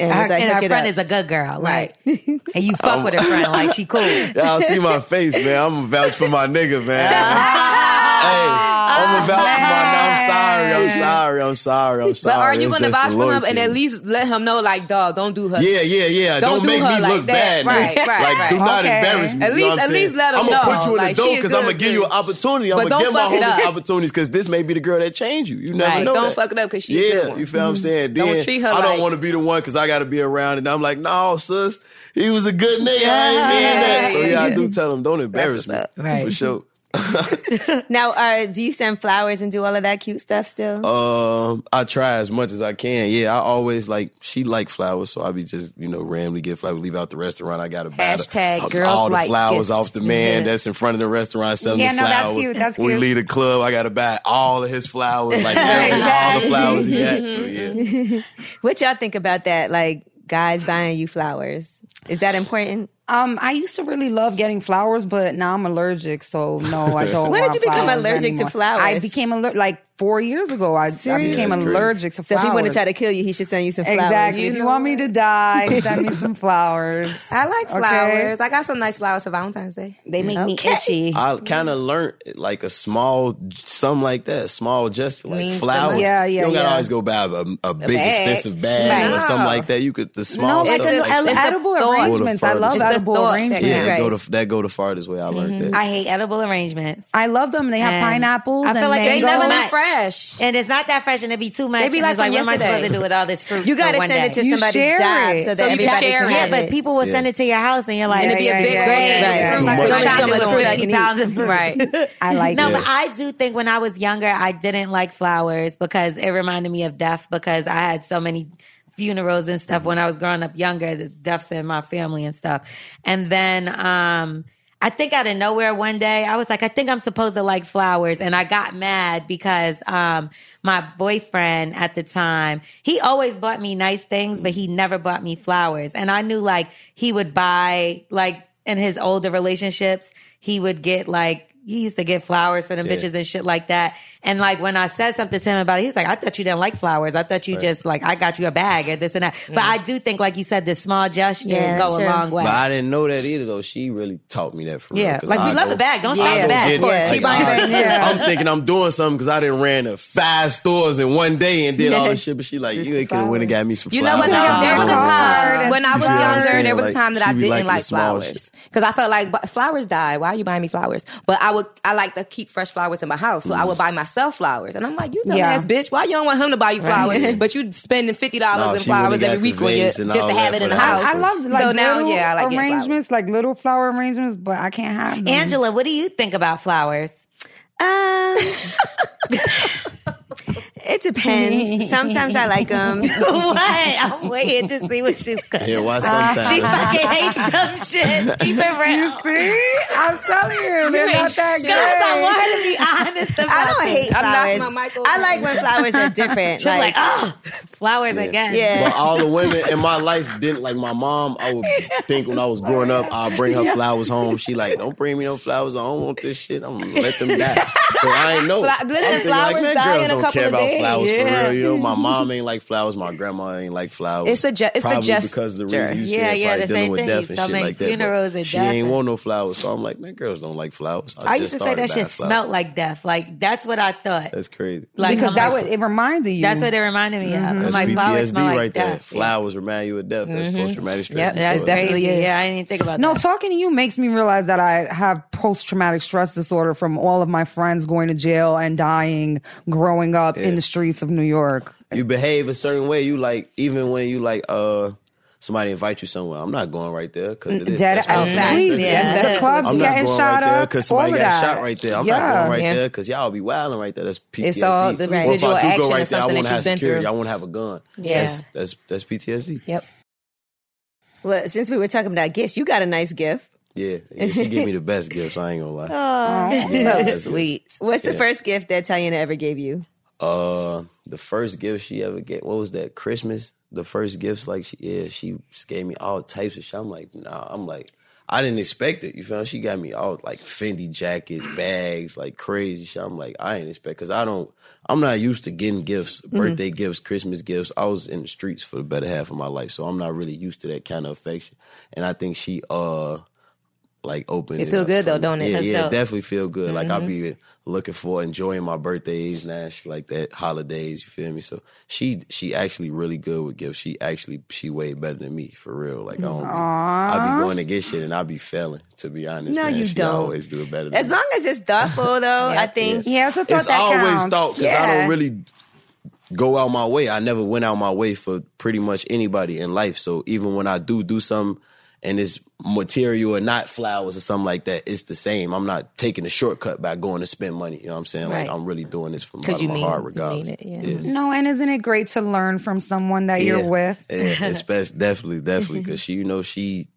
Speaker 3: And
Speaker 6: Her,
Speaker 3: was like,
Speaker 6: and
Speaker 3: hook
Speaker 6: her
Speaker 3: it
Speaker 6: friend
Speaker 3: up.
Speaker 6: is a good girl, like, and you fuck with her friend, like she cool.
Speaker 7: Y'all see my face, man. I'm gonna vouch for my nigga, man. hey, I'm about to, I'm sorry, I'm sorry, I'm sorry, I'm sorry.
Speaker 8: But are you
Speaker 7: It's
Speaker 8: gonna
Speaker 7: just
Speaker 8: vouch
Speaker 7: the
Speaker 8: for him
Speaker 7: loyalty.
Speaker 8: and at least let him know, like, dog, don't do her.
Speaker 7: Yeah, yeah, yeah.
Speaker 8: Don't
Speaker 7: Don't,
Speaker 8: do
Speaker 7: make
Speaker 8: her
Speaker 7: me
Speaker 8: like
Speaker 7: look
Speaker 8: that.
Speaker 7: bad. nigga.
Speaker 8: Right, right,
Speaker 7: like, do
Speaker 8: right.
Speaker 7: not
Speaker 5: Okay.
Speaker 7: embarrass me.
Speaker 8: At least- at least let 'em
Speaker 7: I'm I'm
Speaker 8: know,
Speaker 7: gonna put you in
Speaker 8: like,
Speaker 7: the
Speaker 8: she
Speaker 7: door
Speaker 8: a
Speaker 7: because I'm gonna
Speaker 8: good
Speaker 7: give you an
Speaker 8: dude.
Speaker 7: opportunity.
Speaker 8: But
Speaker 7: I'm
Speaker 8: don't
Speaker 7: gonna give my
Speaker 8: fuck it
Speaker 7: homies
Speaker 8: up.
Speaker 7: opportunities because this may be the girl that changed you. You never
Speaker 8: Right.
Speaker 7: know.
Speaker 8: Don't
Speaker 7: that.
Speaker 8: fuck it up 'cause she a
Speaker 7: yeah.
Speaker 8: good one. Mm-hmm.
Speaker 7: You feel what I'm saying? Then
Speaker 8: Don't treat her
Speaker 7: I don't
Speaker 8: like-
Speaker 7: want to be the one because I got to be around, and I'm like, no, sis, he was a good nigga. I ain't mean that. So yeah, I do tell him, don't embarrass me
Speaker 8: what's up.
Speaker 6: Right.
Speaker 7: for sure.
Speaker 3: Now, uh, do you send flowers and do all of that cute stuff still?
Speaker 7: Um, I try as much as I can. Yeah, I always like she like flowers, so I be just you know randomly get flowers. Leave out the restaurant, I gotta buy the-
Speaker 8: Hashtag
Speaker 7: all,
Speaker 8: girls
Speaker 7: all the
Speaker 8: like
Speaker 7: flowers
Speaker 8: gifts.
Speaker 7: off the man that's in front of the restaurant selling
Speaker 5: Yeah,
Speaker 7: the
Speaker 5: no, that's
Speaker 7: flowers.
Speaker 5: cute, that's
Speaker 7: We
Speaker 5: cute.
Speaker 7: leave the club, I gotta buy all of his flowers, like every, all the
Speaker 5: Exactly.
Speaker 7: flowers he had. So yeah,
Speaker 3: What y'all think about that? Like guys buying you flowers. Is that important?
Speaker 5: Um, I used to really love getting flowers, but now I'm allergic, so no, I don't.
Speaker 3: When did
Speaker 5: want
Speaker 3: you become
Speaker 5: flowers
Speaker 3: allergic to
Speaker 5: anymore.
Speaker 3: flowers?
Speaker 5: I became allergic like four years ago. I, I
Speaker 3: Seriously?
Speaker 5: became
Speaker 7: That's crazy.
Speaker 5: allergic to
Speaker 3: So
Speaker 5: flowers.
Speaker 3: if he wanted to try to kill you, he should send you some flowers.
Speaker 5: exactly,
Speaker 8: You
Speaker 5: if you
Speaker 8: know
Speaker 5: want me to die, send me some flowers.
Speaker 8: I like
Speaker 5: Okay?
Speaker 8: flowers. I got some nice flowers for Valentine's Day.
Speaker 5: They make
Speaker 3: Okay.
Speaker 5: me itchy.
Speaker 7: I kind of learned like a small something like that, small gesture, like
Speaker 8: Means so
Speaker 7: flowers.
Speaker 8: much.
Speaker 5: Yeah,
Speaker 7: You
Speaker 5: yeah,
Speaker 7: don't gotta
Speaker 5: yeah.
Speaker 7: always go buy a, a big
Speaker 8: bag.
Speaker 7: expensive bag or
Speaker 8: Right.
Speaker 7: something like that. You could the
Speaker 5: no,
Speaker 7: small
Speaker 5: like
Speaker 7: stuff
Speaker 5: a,
Speaker 8: it's
Speaker 5: a,
Speaker 8: the
Speaker 5: edible
Speaker 8: thought.
Speaker 5: arrangements. I
Speaker 7: It's the
Speaker 5: love
Speaker 8: thought
Speaker 5: edible
Speaker 8: that
Speaker 5: arrangements.
Speaker 3: Right.
Speaker 7: Yeah, that go to that go the farthest way. I learned that.
Speaker 6: I hate edible arrangements.
Speaker 5: I love them. They have
Speaker 6: And
Speaker 5: pineapples.
Speaker 6: I feel
Speaker 5: and
Speaker 6: like
Speaker 8: They
Speaker 6: Thank
Speaker 5: mangoes.
Speaker 8: never
Speaker 6: you.
Speaker 8: look
Speaker 6: Much.
Speaker 8: fresh.
Speaker 6: And it's not that fresh and it be too much.
Speaker 8: They be
Speaker 6: and
Speaker 8: like
Speaker 6: it's like,
Speaker 8: from
Speaker 6: what am I
Speaker 8: yesterday.
Speaker 6: supposed to do with all this fruit?
Speaker 3: You got
Speaker 6: for
Speaker 3: to
Speaker 6: one
Speaker 3: send it
Speaker 6: day?
Speaker 3: to
Speaker 5: You
Speaker 3: somebody's
Speaker 5: share
Speaker 3: job
Speaker 5: it.
Speaker 3: so that
Speaker 5: So
Speaker 8: you
Speaker 3: everybody
Speaker 8: share
Speaker 3: can
Speaker 8: it.
Speaker 3: have
Speaker 6: Yeah, but
Speaker 3: it.
Speaker 6: people will send
Speaker 7: Yeah.
Speaker 6: it to your house and you're like,
Speaker 5: And
Speaker 8: it'd be a
Speaker 6: "Great,
Speaker 8: big
Speaker 6: great,
Speaker 8: bag
Speaker 3: of
Speaker 6: fruit,
Speaker 3: fruit.
Speaker 6: like
Speaker 7: Too
Speaker 6: trying
Speaker 7: much.
Speaker 6: to
Speaker 3: So much
Speaker 6: do
Speaker 3: fruit I
Speaker 6: fifty
Speaker 3: can eat.
Speaker 6: pounds of fruit.
Speaker 8: Right.
Speaker 5: I like
Speaker 6: No,
Speaker 5: it.
Speaker 6: but I do think when I was younger, I didn't like flowers because it reminded me of death because I had so many funerals and stuff when I was growing up younger, the deaths in my family and stuff. And then, um, I think out of nowhere one day, I was like, I think I'm supposed to like flowers. And I got mad because, um, my boyfriend at the time, he always bought me nice things, but he never bought me flowers. And I knew like he would buy, like in his older relationships, he would get like, he used to get flowers for them bitches and shit like that. And like when I said something to him about it, he was like, I thought you didn't like flowers. I thought you just like, I got you a bag and this and that. But I do think, like you said, the small gestures
Speaker 3: Yeah,
Speaker 6: go
Speaker 3: sure.
Speaker 6: a long way.
Speaker 7: But I didn't know that either, though. She really taught me that for real.
Speaker 6: yeah.
Speaker 7: 'cause
Speaker 6: Like
Speaker 7: I
Speaker 6: we love
Speaker 7: go-
Speaker 6: a bag. Don't stop
Speaker 8: Yeah,
Speaker 6: the
Speaker 8: of
Speaker 6: bag.
Speaker 7: Get-
Speaker 8: course.
Speaker 7: like,
Speaker 8: Keep on your
Speaker 7: I-
Speaker 8: bag,
Speaker 5: yeah.
Speaker 7: I'm thinking I'm doing something because I didn't ran to five stores in one day and did all this shit. But she like, you ain't could have went and got me some
Speaker 8: You know what?
Speaker 7: flowers. or
Speaker 8: No,
Speaker 7: something
Speaker 8: there was a
Speaker 7: like that.
Speaker 8: time
Speaker 5: Hard.
Speaker 8: when I was
Speaker 7: You see what I'm
Speaker 8: younger.
Speaker 7: saying?
Speaker 8: There was a
Speaker 7: Like,
Speaker 8: time that
Speaker 7: she
Speaker 8: I
Speaker 7: be
Speaker 8: didn't
Speaker 7: liking the
Speaker 8: like
Speaker 7: small
Speaker 8: flowers
Speaker 7: shit.
Speaker 8: because I felt like bu- flowers die. Why are you buying me flowers? But I would, I like to keep fresh flowers in my house, so I
Speaker 7: Mm.
Speaker 8: would buy myself flowers. And I'm like, you dumbass
Speaker 5: Yeah.
Speaker 8: bitch, why you don't want him to buy you flowers? But you spending fifty dollars
Speaker 7: No,
Speaker 8: in
Speaker 7: she wouldn't
Speaker 8: flowers
Speaker 7: got
Speaker 8: every
Speaker 7: the
Speaker 8: week on your,
Speaker 7: vase
Speaker 8: just
Speaker 7: and
Speaker 8: to
Speaker 7: all
Speaker 8: have
Speaker 7: that
Speaker 8: it in the
Speaker 7: for the
Speaker 8: house.
Speaker 7: house.
Speaker 5: I love like
Speaker 8: so now,
Speaker 5: little
Speaker 8: yeah, I like getting flowers.
Speaker 5: arrangements, like little flower arrangements, but I can't have them.
Speaker 6: Angela, what do you think about flowers?
Speaker 3: Um, it depends. Sometimes I like um, them.
Speaker 6: what? I'm waiting to see what she's going
Speaker 7: Yeah, why sometimes?
Speaker 6: She fucking hates some shit. Keep it real.
Speaker 5: You see, I'm telling you, they're
Speaker 8: ain't
Speaker 5: not that
Speaker 8: shit.
Speaker 5: good.
Speaker 6: Guys, I want her to be honest about
Speaker 3: I don't hate
Speaker 8: I'm knocking my
Speaker 3: flowers.
Speaker 8: mic over.
Speaker 3: I like when flowers are different.
Speaker 6: She's like, oh, flowers again.
Speaker 3: Yeah.
Speaker 7: But all the women in my life didn't like my mom. I would think when I was growing up, I'll bring her flowers home. She like, don't bring me no flowers. I don't want this shit. I'm gonna let them die. So I ain't know.
Speaker 8: Fla-
Speaker 7: I'm
Speaker 8: listen,
Speaker 7: thinking
Speaker 8: flowers
Speaker 7: man,
Speaker 8: die
Speaker 7: girls
Speaker 8: in a
Speaker 7: don't
Speaker 8: couple
Speaker 7: care
Speaker 8: of
Speaker 7: about
Speaker 8: days.
Speaker 7: flowers
Speaker 6: Yeah.
Speaker 7: for real. You know, my mom ain't like flowers. My grandma ain't like flowers.
Speaker 8: It's the ge- it's the
Speaker 7: Probably
Speaker 8: gesture.
Speaker 7: because of the reason you
Speaker 6: Yeah,
Speaker 7: said
Speaker 6: yeah,
Speaker 7: probably
Speaker 6: the
Speaker 7: dealing
Speaker 6: same
Speaker 7: with
Speaker 6: thing.
Speaker 7: death and
Speaker 6: So
Speaker 7: shit
Speaker 6: many
Speaker 7: like that. but
Speaker 6: funerals and
Speaker 7: she
Speaker 6: death
Speaker 7: ain't
Speaker 6: and-
Speaker 7: want no flowers. So I'm like, man, girls don't like flowers. I,
Speaker 6: I
Speaker 7: just
Speaker 6: used to say
Speaker 7: started
Speaker 6: that
Speaker 7: buying
Speaker 6: shit
Speaker 7: flowers.
Speaker 6: smelled like death. Like, that's what I thought.
Speaker 7: That's crazy.
Speaker 6: Like,
Speaker 5: because
Speaker 6: I'm
Speaker 5: that
Speaker 6: like,
Speaker 5: would it reminded you.
Speaker 6: that's what it reminded me of. I'm
Speaker 7: Mm-hmm. That's
Speaker 6: like, flowers
Speaker 7: PTSD
Speaker 6: smell like
Speaker 7: right there.
Speaker 6: death. Mm-hmm.
Speaker 7: Flowers remind you of death. That's post traumatic stress.
Speaker 8: Yep, that's
Speaker 7: disorder.
Speaker 8: definitely
Speaker 6: Crazy.
Speaker 8: is.
Speaker 6: Yeah, I didn't even think about
Speaker 5: No,
Speaker 6: that.
Speaker 5: talking to you makes me realize that I have post traumatic stress disorder from all of my friends going to jail and dying growing up in the streets of New York.
Speaker 7: you behave a certain way. You like even when you like uh somebody invite you somewhere. I'm not going right there because it is
Speaker 5: Dead
Speaker 7: that's
Speaker 5: ass,
Speaker 7: post-traumatic stress
Speaker 5: please.
Speaker 7: disorder.
Speaker 8: That's definitely
Speaker 5: the clubs
Speaker 7: I'm not
Speaker 5: getting
Speaker 7: going
Speaker 5: shot
Speaker 7: right there
Speaker 5: up.
Speaker 7: because
Speaker 5: all
Speaker 7: somebody
Speaker 5: of
Speaker 7: got
Speaker 5: that.
Speaker 7: shot right there. I'm
Speaker 5: yeah.
Speaker 7: not going right
Speaker 8: Yeah.
Speaker 7: there because y'all be wilding right there. That's PTSD.
Speaker 8: It's all the
Speaker 7: Or if I
Speaker 8: residual
Speaker 7: do go
Speaker 8: action of
Speaker 7: right there, I
Speaker 8: something
Speaker 7: won't
Speaker 8: that
Speaker 7: have
Speaker 8: you've been
Speaker 7: security.
Speaker 8: through.
Speaker 7: I won't have a gun.
Speaker 8: Yeah.
Speaker 7: that's that's, that's PTSD.
Speaker 8: Yep.
Speaker 3: well, since we were talking about gifts, you got a nice gift.
Speaker 7: Yeah, yeah she gave me the best gifts. I ain't gonna lie.
Speaker 5: Oh,
Speaker 8: So
Speaker 7: Yeah, that's good.
Speaker 8: sweet.
Speaker 3: What's the first gift that Tayana ever gave you?
Speaker 7: Uh, the first gift she ever get, what was that? Christmas. The first gifts, like she, yeah, she just gave me all types of shit. I'm like, nah, I'm like, I didn't expect it. You feel? me? She got me all like Fendi jackets, bags, like crazy shit. I'm like, I ain't expect because I don't, I'm not used to getting gifts,
Speaker 4: Mm-hmm.
Speaker 7: birthday gifts, Christmas gifts. I was in the streets for the better half of my life, so I'm not really used to that kind of affection. And I think she, uh, like open.
Speaker 4: It feel
Speaker 7: up
Speaker 4: good
Speaker 7: for
Speaker 4: though,
Speaker 7: me.
Speaker 4: don't it?
Speaker 7: Yeah,
Speaker 4: That's
Speaker 7: yeah,
Speaker 4: dope.
Speaker 7: definitely feel good. Like I'll
Speaker 3: Mm-hmm.
Speaker 7: be looking for enjoying my birthdays, Nash, like that holidays. You feel me? So she she actually really good with gifts. She actually she way better than me for real. Like I don't. Be, I be going to get shit and I be failing. To be honest,
Speaker 3: No,
Speaker 7: man.
Speaker 3: you
Speaker 7: she
Speaker 3: don't.
Speaker 7: always do it better. Than
Speaker 3: As
Speaker 7: me.
Speaker 3: long as it's thoughtful, though, I think.
Speaker 5: Yeah, it's a thought
Speaker 7: it's
Speaker 5: that
Speaker 7: always
Speaker 5: counts.
Speaker 7: thought because I
Speaker 3: Yeah.
Speaker 7: don't really go out my way. I never went out my way for pretty much anybody in life. So even when I do do something and it's material or not flowers or something like that, it's the same. I'm not taking a shortcut by going to spend money. You know what I'm saying?
Speaker 4: Right.
Speaker 7: Like I'm really doing this from out
Speaker 4: Because
Speaker 7: of
Speaker 4: you
Speaker 7: my
Speaker 4: mean,
Speaker 7: heart,
Speaker 4: you
Speaker 7: regardless.
Speaker 4: mean it. Yeah.
Speaker 5: No, and isn't it great to learn from someone that you're
Speaker 7: Yeah.
Speaker 5: with?
Speaker 7: Yeah, especially definitely, definitely, because she, you know, she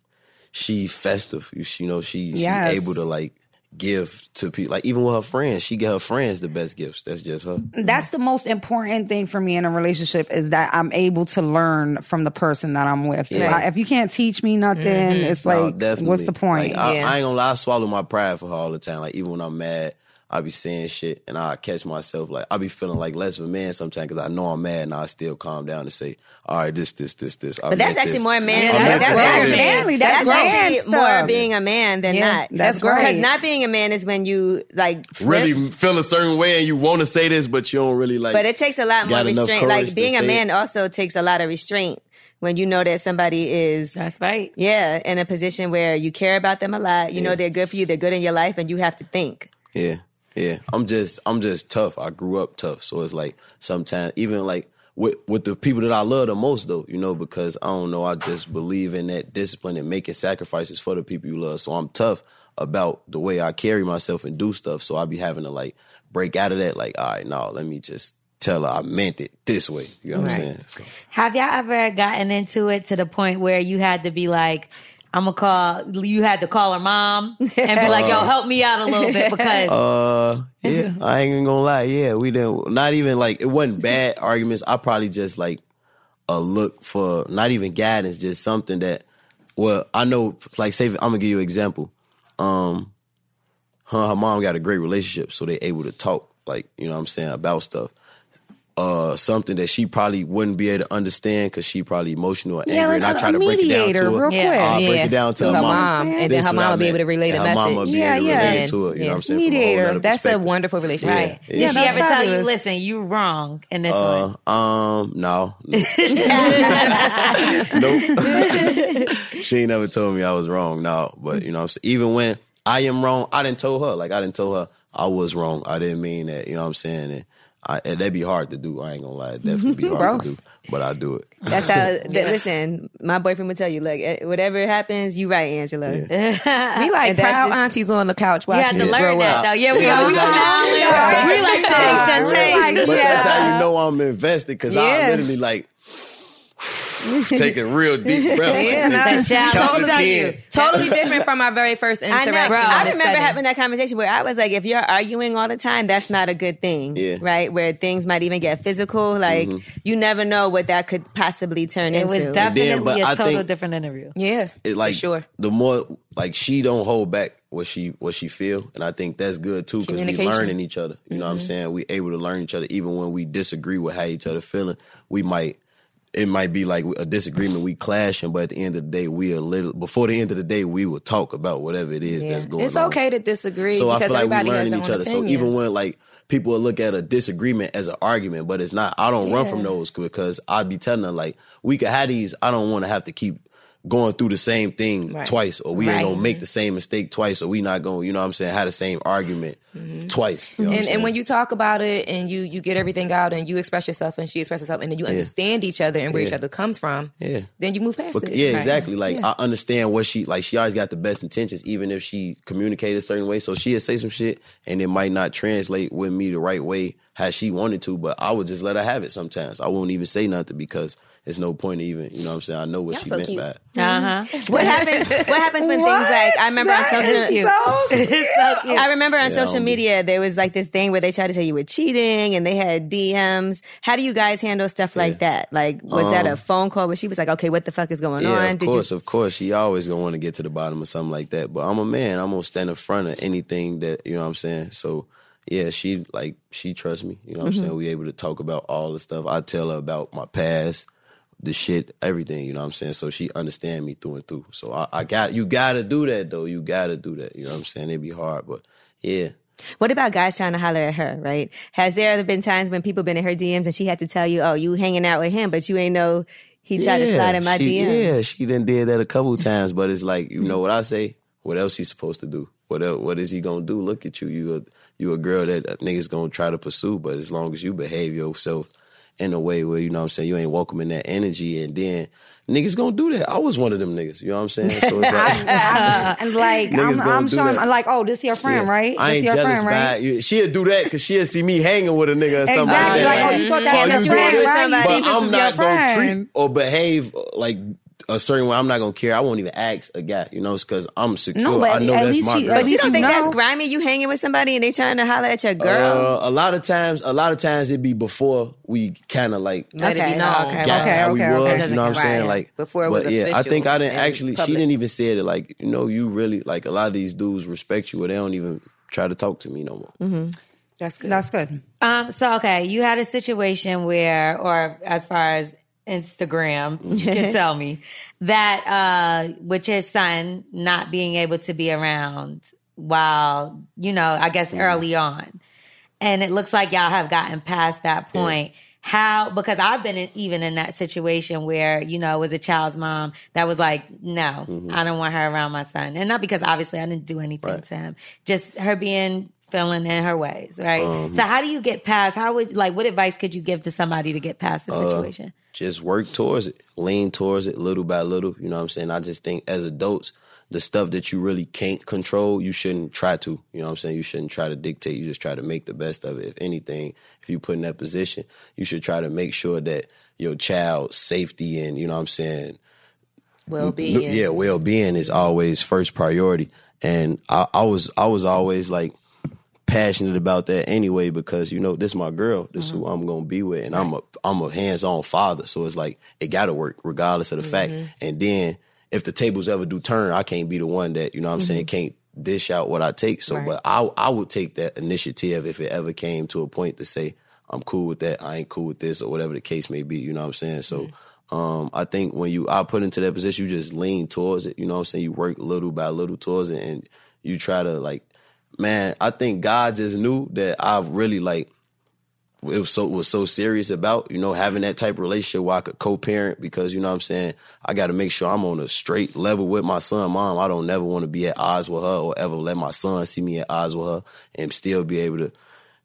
Speaker 7: she festive. You, she, you know, she
Speaker 5: Yes.
Speaker 7: she able to like give to people. Like even with her friends, she get her friends the best gifts. That's just her.
Speaker 5: That's the most important thing for me in a relationship is that I'm able to learn from the person that I'm with. If, I- if you can't teach me nothing, it's
Speaker 7: No,
Speaker 5: like, what's the point?
Speaker 7: Like, I,
Speaker 4: Mm-hmm. Yeah.
Speaker 7: I ain't gonna lie, I swallow my pride for her all the time. Like even when I'm mad, I be saying shit, and I catch myself like I be feeling like less of a man sometimes because I know I'm mad, and I still calm down and say, "All right, this, this, this, this."
Speaker 3: But that's actually more man.
Speaker 5: Yeah,
Speaker 3: that's,
Speaker 5: that's
Speaker 3: that's,
Speaker 5: grown.
Speaker 3: actually,
Speaker 5: Manly,
Speaker 3: that's,
Speaker 5: that's
Speaker 3: actually
Speaker 5: grown
Speaker 3: more
Speaker 5: stuff.
Speaker 3: being a man than
Speaker 4: Yeah,
Speaker 3: not.
Speaker 5: that's
Speaker 3: Because
Speaker 5: right.
Speaker 3: not being a man is when you like flip,
Speaker 7: really feel a certain way, and you want to say this, but you don't really like.
Speaker 3: But it takes a lot more
Speaker 7: got enough
Speaker 3: restraint.
Speaker 7: courage
Speaker 3: Like
Speaker 7: to
Speaker 3: being a
Speaker 7: say
Speaker 3: man
Speaker 7: it.
Speaker 3: also takes a lot of restraint when you know that somebody is
Speaker 6: That's right.
Speaker 3: yeah in a position where you care about them a lot. You know they're good for you. They're good in your life, and you have to think.
Speaker 7: Yeah, yeah. I'm just I'm just tough. I grew up tough, so it's like sometimes even like with with the people that I love the most though, you know, because I don't know, I just believe in that discipline and making sacrifices for the people you love. So I'm tough about the way I carry myself and do stuff. So I be having to like break out of that. Like, all right, no, let me just tell her I meant it this way. You know what I'm saying? So-
Speaker 6: Have y'all ever gotten into it to the point where you had to be like, I'm gonna call, you had to call her mom and be like, yo, help me out a little bit because
Speaker 7: Uh, yeah, I ain't even gonna lie. Yeah, we didn't. Not even like it wasn't bad arguments. I probably just like a look for not even guidance, just something that. Well, I know. Like, say I'm gonna give you an example. Um, her, her mom got a great relationship, so they able to talk. Like, you know what I'm saying about stuff. Uh, something that she probably wouldn't be able to understand because she probably emotional or angry,
Speaker 5: yeah,
Speaker 7: and I
Speaker 5: like
Speaker 7: try
Speaker 5: a
Speaker 7: to break it down
Speaker 5: mediator
Speaker 7: to her.
Speaker 5: real
Speaker 6: Yeah.
Speaker 5: quick.
Speaker 7: I'll break
Speaker 4: Yeah,
Speaker 7: it down to,
Speaker 4: to her
Speaker 7: mama.
Speaker 4: mom, and then
Speaker 7: This
Speaker 4: her
Speaker 7: what
Speaker 4: mama
Speaker 7: I
Speaker 4: be able to
Speaker 7: meant.
Speaker 4: relay the
Speaker 7: And her mama
Speaker 4: message.
Speaker 7: be able
Speaker 5: Yeah,
Speaker 7: to relay
Speaker 5: yeah.
Speaker 7: it to her. You know what I'm saying?
Speaker 5: Mediator.
Speaker 7: From a whole nother
Speaker 4: That's a
Speaker 7: perspective.
Speaker 4: wonderful relationship.
Speaker 7: Right. Yeah.
Speaker 6: did she
Speaker 5: that's
Speaker 6: ever tell you,
Speaker 5: fabulous.
Speaker 6: listen, you wrong in this one?
Speaker 7: Uh, um, no. no. nope. she ain't never told me I was wrong. No, but you know, what I'm saying? even when I am wrong, I didn't tell her. Like I didn't tell her I was wrong. I didn't mean that. You know what I'm saying? And I, and that'd be hard to do. I ain't gonna lie. It'd definitely be hard to do. But I do it.
Speaker 3: That's how. th- listen, my boyfriend would tell you, look, eh, whatever happens, you right, Angela.
Speaker 4: We like
Speaker 3: that's
Speaker 4: proud
Speaker 3: it.
Speaker 4: aunties on the couch
Speaker 6: You had
Speaker 4: watching
Speaker 6: to
Speaker 4: you
Speaker 6: learn
Speaker 4: grow
Speaker 6: that
Speaker 4: up.
Speaker 6: though. Yeah, we all we all
Speaker 3: Yeah.
Speaker 6: learned. We like
Speaker 3: Things
Speaker 6: that.
Speaker 3: done changed.
Speaker 7: But that's how you know I'm invested because
Speaker 4: Yeah.
Speaker 7: I literally like take a real deep breath. like,
Speaker 4: Yeah, nah.
Speaker 6: But y'all,
Speaker 7: count
Speaker 6: let
Speaker 7: to
Speaker 6: me tell you,
Speaker 7: 10.
Speaker 4: Totally different from my very first
Speaker 3: I
Speaker 4: interaction.
Speaker 3: know.
Speaker 4: all
Speaker 3: I
Speaker 4: of a
Speaker 3: remember
Speaker 4: sudden.
Speaker 3: having that conversation where I was like, if you're arguing all the time, that's not a good thing.
Speaker 7: Yeah.
Speaker 3: Right? Where things might even get physical. Like, you never know what that could possibly turn
Speaker 6: it
Speaker 3: into.
Speaker 6: was
Speaker 7: but
Speaker 6: definitely a
Speaker 7: I
Speaker 6: total
Speaker 7: think-
Speaker 6: different interview.
Speaker 4: Yeah,
Speaker 7: it like
Speaker 4: for sure.
Speaker 7: the more like she don't hold back what she what she feel and i think that's good too because we
Speaker 4: Communication. Mm-hmm.
Speaker 7: learning each other you know what i'm saying we able to learn each other even when we disagree with how each other feeling we might it might be like a disagreement we clashing but at the end of the day we a little before the end of the day we will talk about whatever it is that's going
Speaker 4: It's
Speaker 7: on
Speaker 4: okay to disagree
Speaker 7: so I
Speaker 4: because
Speaker 7: feel like we're
Speaker 4: everybody has
Speaker 7: learning
Speaker 4: their
Speaker 7: each
Speaker 4: own
Speaker 7: other. So
Speaker 4: opinions.
Speaker 7: even when like people will look at a disagreement as an argument, but it's not. I don't run
Speaker 4: Yeah.
Speaker 7: from those because I'd be telling her like we could have these. I don't want to have to keep going through the same thing twice, or we ain't gonna make the same mistake twice, or we not gonna, you know what I'm saying, have the same argument twice. You know what I'm
Speaker 4: Mm-hmm. and, and
Speaker 7: saying?
Speaker 4: when you talk about it and you you get everything out and you express yourself and she expresses herself and then you understand each other and where each other comes from,
Speaker 7: Yeah.
Speaker 4: then you move past
Speaker 7: Bec-
Speaker 4: it.
Speaker 7: Yeah,
Speaker 4: Right.
Speaker 7: exactly. Like I understand what she like. She always got the best intentions, even if she communicated a certain way. So she'd say some shit, and it might not translate with me the right way how she wanted to. But I would just let her have it. Sometimes I won't even say nothing because it's no point even. You know what I'm saying? I know what she
Speaker 4: so
Speaker 7: meant
Speaker 4: cute.
Speaker 7: by it.
Speaker 6: Uh huh.
Speaker 3: What happens? What happens when things like I remember on
Speaker 5: Uh-huh. That
Speaker 3: social.
Speaker 5: is so
Speaker 6: It's so cute.
Speaker 3: I remember on
Speaker 7: I
Speaker 3: social
Speaker 7: don't be-
Speaker 3: media there was like this thing where they tried to say you were cheating and they had DMs. How do you guys handle stuff like that? Like was that a phone call where she was like, "Okay, what the fuck is going on?"
Speaker 7: Um, Yeah, of course, of course. She always gonna want to get to the bottom of something like that. But I'm a man. I'm gonna stand in front of anything that you know what I'm saying. So yeah, she
Speaker 3: Mm-hmm.
Speaker 7: like she trusts me. You know what I'm saying. We able to talk about all the stuff. I tell her about my past, the shit, everything, you know what I'm saying? So she understand me through and through. So I, I got you gotta do that though. You gotta do that. You know what I'm saying? It be hard, but yeah.
Speaker 3: What about guys trying to holler at her, right? Has there been times when people been in her DMs and she had to tell you, oh, you hanging out with him, but you ain't know he tried to slide in my
Speaker 7: she,
Speaker 3: DM?
Speaker 7: Yeah, she done did that a couple times, but it's like you know what I say. What else he supposed to do? What el what is he gonna do? Look at you, you a you a girl that a niggas gonna try to pursue, but as long as you behave yourself in a way where you know what I'm saying you ain't welcoming that energy, and then niggas gonna do that. I was one of them niggas, you know what I'm saying? So it's like.
Speaker 5: and like
Speaker 7: Niggas
Speaker 5: I'm,
Speaker 7: gonna
Speaker 5: I'm
Speaker 7: do
Speaker 5: showing
Speaker 7: that.
Speaker 5: like, oh, this your friend,
Speaker 7: Yeah.
Speaker 5: right?
Speaker 7: I
Speaker 5: this
Speaker 7: ain't
Speaker 5: your
Speaker 7: jealous,
Speaker 5: friend, right?
Speaker 7: right? She'll do that because she'll see me hanging with a nigga or something
Speaker 5: Exactly.
Speaker 7: like
Speaker 5: Like,
Speaker 7: that.
Speaker 5: oh, you thought that
Speaker 7: Oh,
Speaker 5: was
Speaker 7: you
Speaker 5: your
Speaker 7: doing
Speaker 5: friend,
Speaker 7: this?
Speaker 5: right?
Speaker 7: But
Speaker 5: This is
Speaker 7: I'm
Speaker 5: your
Speaker 7: not gonna treat
Speaker 5: friend.
Speaker 7: or behave like a certain way. I'm not gonna care. I won't even ask a guy, you know, because I'm secure.
Speaker 5: No, but
Speaker 7: I know
Speaker 5: at
Speaker 7: that's
Speaker 5: least
Speaker 7: my
Speaker 5: she-
Speaker 7: girl.
Speaker 5: at
Speaker 3: You
Speaker 5: least
Speaker 3: don't
Speaker 5: you
Speaker 3: think that's
Speaker 5: know.
Speaker 3: grimy? You hanging with somebody and they trying to holler at your girl?
Speaker 7: Uh, a lot of times, a lot of times it be before we kind of like
Speaker 4: Let it
Speaker 3: Okay,
Speaker 4: be known.
Speaker 3: okay,
Speaker 7: got
Speaker 5: okay,
Speaker 7: how we
Speaker 5: okay,
Speaker 7: was.
Speaker 5: okay.
Speaker 7: You know what I'm
Speaker 4: Right.
Speaker 7: saying? Like
Speaker 4: Before it was
Speaker 7: but yeah, I think I
Speaker 4: official
Speaker 7: didn't
Speaker 4: and
Speaker 7: actually. She
Speaker 4: public.
Speaker 7: didn't even say it. Like you know, you really like a lot of these dudes respect you, or they don't even try to talk to me no more.
Speaker 4: That's good.
Speaker 5: That's good.
Speaker 6: Um, so okay, you had a situation where, or as far as Instagram you can tell me that uh with your son not being able to be around while, you know, I guess early on. And it looks like y'all have gotten past that point. How because I've been in, even in that situation where, you know, it was a child's mom that was like, No, I don't want her around my son. And not because obviously I didn't do anything to him. Just her being feeling in her ways, right? so how do you get past how would like what advice could you give to somebody to get past the situation?
Speaker 7: just work towards it, lean towards it little by little. You know what I'm saying? I just think as adults, the stuff that you really can't control, you shouldn't try to. You know what I'm saying? You shouldn't try to dictate. You just try to make the best of it. If anything, if you put in that position, you should try to make sure that your child's safety and, you know what I'm saying,
Speaker 4: Well
Speaker 7: Look,
Speaker 4: being.
Speaker 7: Yeah, well being is always first priority, and I, I was I was always like passionate about that anyway because you know this my girl, this who I'm gonna be with, and I'm a I'm a hands on father, so it's like it gotta work regardless of the fact. And then if the tables ever do turn, I can't be the one that you know what I'm saying can't dish out what I take. So, but I I would take that initiative if it ever came to a point to say. I'm cool with that. I ain't cool with this, or whatever the case may be. You know what I'm saying? So, um, I think when you are put into that position, you just lean towards it. You know what I'm saying? You work little by little towards it and you try to like, man, I think God just knew that I really like it was so was so serious about, you know, having that type of relationship where I could co parent because you know what I'm saying, I gotta make sure I'm on a straight level with my son. Mom, I don't never wanna be at odds with her or ever let my son see me at odds with her and still be able to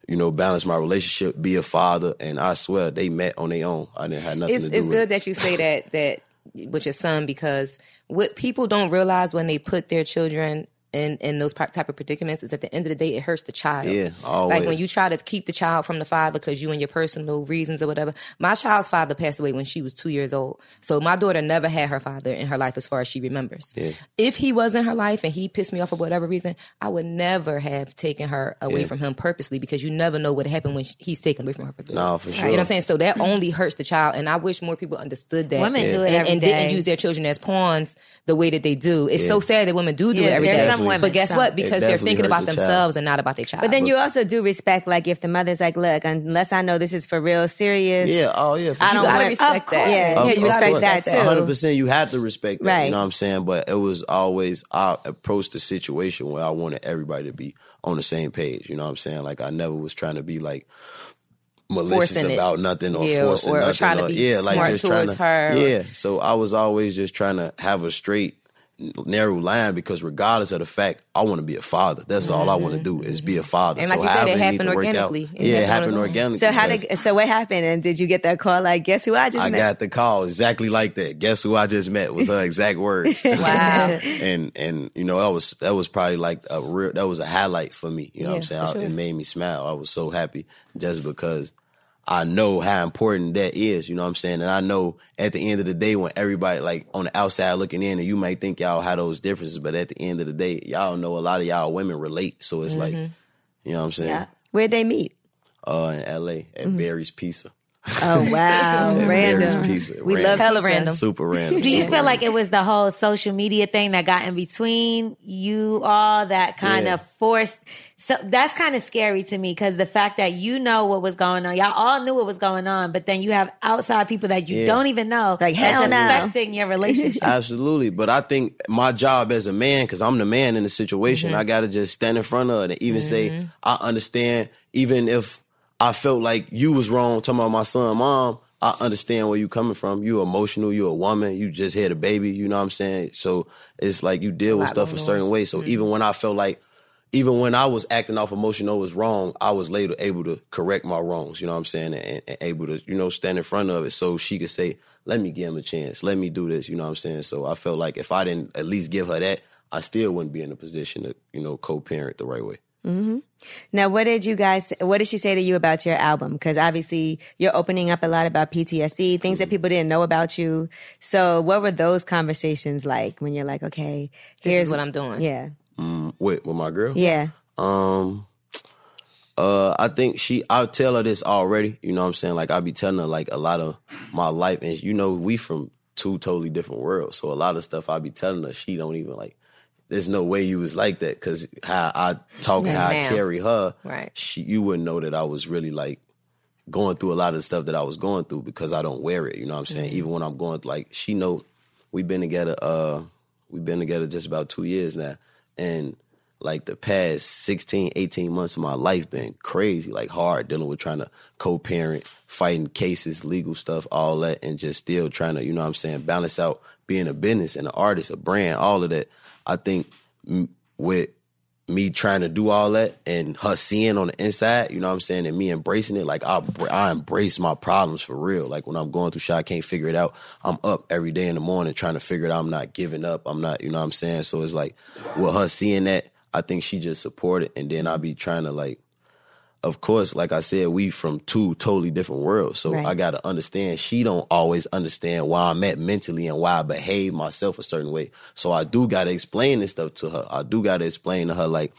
Speaker 7: you know, balance my relationship, be a father, and I swear they met on their own. I didn't have nothing
Speaker 4: it's,
Speaker 7: to do
Speaker 4: it's
Speaker 7: with it.
Speaker 4: good that you say that that with your son because what people don't realize when they put their children in in those par- type of predicaments is at the end of the day it hurts the child.
Speaker 7: Yeah,
Speaker 4: Like when
Speaker 7: always.
Speaker 4: you try to keep the child from the father because you and your personal reasons or whatever. My child's father passed away when she was two years old, so my daughter never had her father in her life as far as she remembers. If he was in her life and he pissed me off for whatever reason, I would never have taken her away from him purposely because you never know what happened when she, he's taken away from her. for good.
Speaker 7: Nah, for
Speaker 4: You know what I'm
Speaker 7: sure.
Speaker 4: saying? So that only hurts the child, and I wish more people understood that.
Speaker 6: Women do it
Speaker 4: and,
Speaker 6: every
Speaker 4: and
Speaker 6: day.
Speaker 4: didn't use their children as pawns the way that they do. It's so sad that women do do
Speaker 6: Yeah,
Speaker 4: it every
Speaker 6: there's
Speaker 4: day.
Speaker 6: some women,
Speaker 4: but guess
Speaker 6: some.
Speaker 4: what? Because they're
Speaker 7: definitely
Speaker 4: thinking
Speaker 7: hurts
Speaker 4: about
Speaker 7: the child.
Speaker 4: themselves and not about their child.
Speaker 3: But then you also do respect, like, if the mother's like, look, unless I know this is for real serious,
Speaker 7: Yeah, oh yeah. For
Speaker 3: I
Speaker 7: sure.
Speaker 3: don't
Speaker 4: gotta
Speaker 3: want
Speaker 4: respect
Speaker 3: of
Speaker 4: that.
Speaker 3: course. Yeah,
Speaker 4: Of-
Speaker 3: you
Speaker 4: of
Speaker 3: respect
Speaker 4: course.
Speaker 3: that
Speaker 4: A
Speaker 3: too.
Speaker 7: hundred percent. You have to respect that.
Speaker 3: Right.
Speaker 7: You know what I'm saying? But it was always I approached the situation where I wanted everybody to be on the same page. You know what I'm saying? Like I never was trying to be like malicious
Speaker 4: Forcing it.
Speaker 7: about nothing or
Speaker 4: Yeah,
Speaker 7: forcing
Speaker 4: or- or
Speaker 7: nothing
Speaker 4: trying to be
Speaker 7: yeah, like
Speaker 4: smart
Speaker 7: just trying
Speaker 4: towards
Speaker 7: to,
Speaker 4: her or-
Speaker 7: Yeah. So I was always just trying to have a straight narrow line because regardless of the fact I want to be a father that's all I want to do is be a father
Speaker 4: Mm-hmm. And like
Speaker 7: so
Speaker 4: you said, it
Speaker 7: however need
Speaker 4: happened
Speaker 7: to work out-
Speaker 4: organically. It
Speaker 7: yeah it
Speaker 4: happened on
Speaker 7: happened
Speaker 4: its own.
Speaker 7: organically
Speaker 3: So how
Speaker 7: because-
Speaker 3: did so what happened? And did you get that call? Like, guess who I just
Speaker 7: I
Speaker 3: met?
Speaker 7: got the call exactly like that. Guess who I just met was her exact words.
Speaker 4: Wow.
Speaker 7: and and you know that was that was probably like a real that was a highlight for me. You know what I'm saying? I- It made me smile. I was so happy just because I know how important that is. You know what I'm saying? And I know at the end of the day when everybody like on the outside looking in, and you might think y'all have those differences, but at the end of the day, y'all know a lot of y'all women relate. So
Speaker 6: Mm-hmm.
Speaker 7: it's like, you know what I'm saying?
Speaker 3: Where'd they meet?
Speaker 7: Uh, in L.A. at Barry's Pizza.
Speaker 6: Oh wow,
Speaker 7: Various
Speaker 6: Mm-hmm. random.
Speaker 7: pizza.
Speaker 6: We love
Speaker 4: Hella
Speaker 6: pizza.
Speaker 4: random.
Speaker 7: Super random.
Speaker 6: Do you feel like it was the whole social media thing that got in between you all that kind
Speaker 7: Yeah.
Speaker 6: of forced? So that's kind of scary to me because the fact that you know what was going on, y'all all knew what was going on, but then you have outside people that you
Speaker 7: Yeah.
Speaker 6: don't even know
Speaker 3: Like,
Speaker 6: that's
Speaker 3: hell no.
Speaker 6: affecting your relationship.
Speaker 7: Absolutely. But I think my job as a man, because I'm the man in the situation,
Speaker 6: Mm-hmm.
Speaker 7: I gotta just stand in front of it and even say, I understand, even if I felt like you was wrong, talking about my son, mom, I understand where you coming from. You emotional, you a woman, you just had a baby, you know what I'm saying? So it's like you deal with stuff a certain way.
Speaker 6: Mm-hmm.
Speaker 7: So even when I felt like even when I was acting off emotion or was wrong, I was later able to correct my wrongs, you know what I'm saying? And, and able to, you know, stand in front of it so she could say, let me give him a chance. Let me do this, you know what I'm saying? So I felt like if I didn't at least give her that, I still wouldn't be in a position to, you know, co parent the right way.
Speaker 3: Now, what did you guys, what did she say to you about your album? Because obviously you're opening up a lot about PTSD, things that people didn't know about you. So, what were those conversations like when you're like, okay,
Speaker 4: This
Speaker 3: here's
Speaker 4: is what I'm doing.
Speaker 3: Yeah.
Speaker 7: With, with my girl?
Speaker 3: Yeah.
Speaker 7: Um, uh, I think she. I tell her this already. You know what I'm saying? Like I be telling her like a lot of my life, and you know we from two totally different worlds. So a lot of stuff I be telling her, she don't even like. There's no way you was like that because how I talk, and how I
Speaker 4: now.
Speaker 7: carry her.
Speaker 4: Right.
Speaker 7: She, you wouldn't know that I was really like going through a lot of the stuff that I was going through because I don't wear it. You know what I'm saying? Even when I'm going like she know we've been together uh we've been together just about two years now. And like the past 16, 18 months of my life been crazy, like hard dealing with trying to co parent, fighting cases, legal stuff, all that, and just still trying to, you know what I'm saying, balance out being a business and an artist, a brand, all of that. I think mm, with me trying to do all that and her seeing on the inside, you know what I'm saying, and me embracing it, like I br- I embrace my problems for real. Like when I'm going through shit, I can't figure it out. I'm up every day in the morning trying to figure it out. I'm not giving up. I'm not, you know what I'm saying? So it's like with her seeing that, I think she just supported and then I be trying to like of course, like I said, we from two totally different worlds. So I gotta understand she don't always understand why I'm at mentally and why I behave myself a certain way. So I do gotta explain this stuff to her. I do gotta explain to her like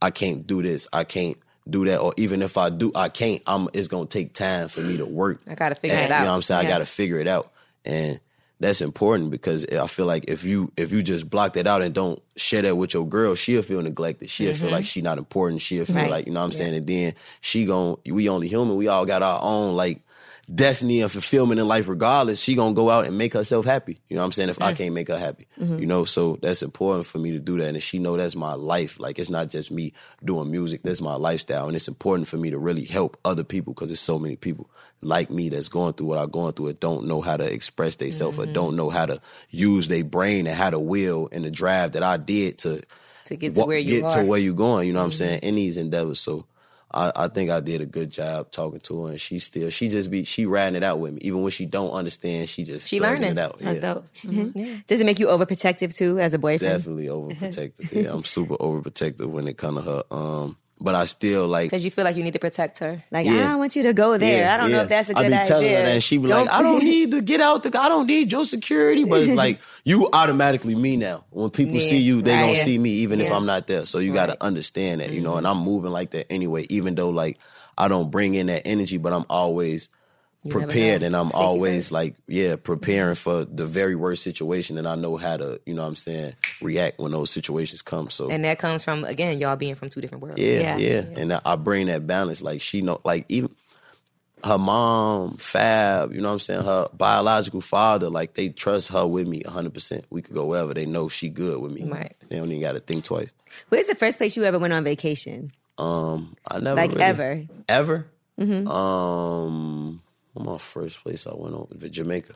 Speaker 7: I can't do this, I can't do that, or even if I do, I can't. I'm it's gonna take time for me to work. I
Speaker 4: gotta figure it
Speaker 7: You know
Speaker 4: out.
Speaker 7: what I'm saying? I gotta figure it out. And that's important because I feel like if you if you just block that out and don't share that with your girl, she'll feel neglected. She'll feel like she not important. She'll feel
Speaker 6: Right.
Speaker 7: like you know what I'm saying. And then she gon' we only human. We all got our own like destiny and fulfillment in life. Regardless, she gonna go out and make herself happy. You know what I'm saying. If I can't make her happy,
Speaker 4: Mm-hmm.
Speaker 7: you know, so that's important for me to do that. And she know that's my life. Like it's not just me doing music. That's my lifestyle, and it's important for me to really help other people because there's so many people like me that's going through what I'm going through. It don't know how to express themselves
Speaker 4: Mm-hmm.
Speaker 7: or don't know how to use their brain and how to will and the drive that I did to
Speaker 4: To get to
Speaker 7: wa-
Speaker 4: where you
Speaker 7: get
Speaker 4: are. Mm-hmm.
Speaker 7: to where you going. You know what I'm saying? In these endeavors, so I, I think I did a good job talking to her, and she still she just be she riding it out with me, even when she don't understand. She just
Speaker 4: She
Speaker 7: thugging
Speaker 4: learning.
Speaker 7: it out.
Speaker 6: That's
Speaker 7: yeah.
Speaker 6: dope.
Speaker 3: Does it make you overprotective too as a boyfriend?
Speaker 7: Definitely overprotective. Yeah, I'm super overprotective when it comes to her. Um, but I still like
Speaker 4: Because you feel like you need to protect her.
Speaker 3: Like, "Ah, I
Speaker 7: Yeah.
Speaker 3: don't want you to go there.
Speaker 7: Yeah,
Speaker 3: I don't know
Speaker 7: yeah.
Speaker 3: if that's a
Speaker 7: I
Speaker 3: good
Speaker 7: be
Speaker 3: idea.
Speaker 7: telling her that, and she be like, "I don't need to get out the. I don't need your security." But it's like you automatically me now. When people see you, they
Speaker 4: right.
Speaker 7: gonna see me, even if I'm not there. So you gotta understand that, you
Speaker 3: Mm-hmm.
Speaker 7: know. And I'm moving like that anyway, even though like I don't bring in that energy, but I'm always prepared
Speaker 4: know.
Speaker 7: and I'm
Speaker 4: Safety
Speaker 7: always
Speaker 4: first.
Speaker 7: like, yeah, preparing
Speaker 3: Mm-hmm.
Speaker 7: for the very worst situation, and I know how to, you know, what I'm saying, react when those situations come. So
Speaker 4: And that comes from, again, y'all being from two different worlds.
Speaker 6: Yeah.
Speaker 7: yeah, yeah, And I- I bring that balance. Like she know, like even her mom, Fab, you know what I'm saying. Her biological father, like they trust her with me 100. percent We could go wherever. They know she good with me.
Speaker 4: Right.
Speaker 7: They don't even got to think twice.
Speaker 3: Where's the first place you ever went on vacation?
Speaker 7: Um, I never
Speaker 3: Like
Speaker 7: really-
Speaker 3: ever?
Speaker 7: ever.
Speaker 4: Mm-hmm.
Speaker 7: Um, my first place I went on Jamaica.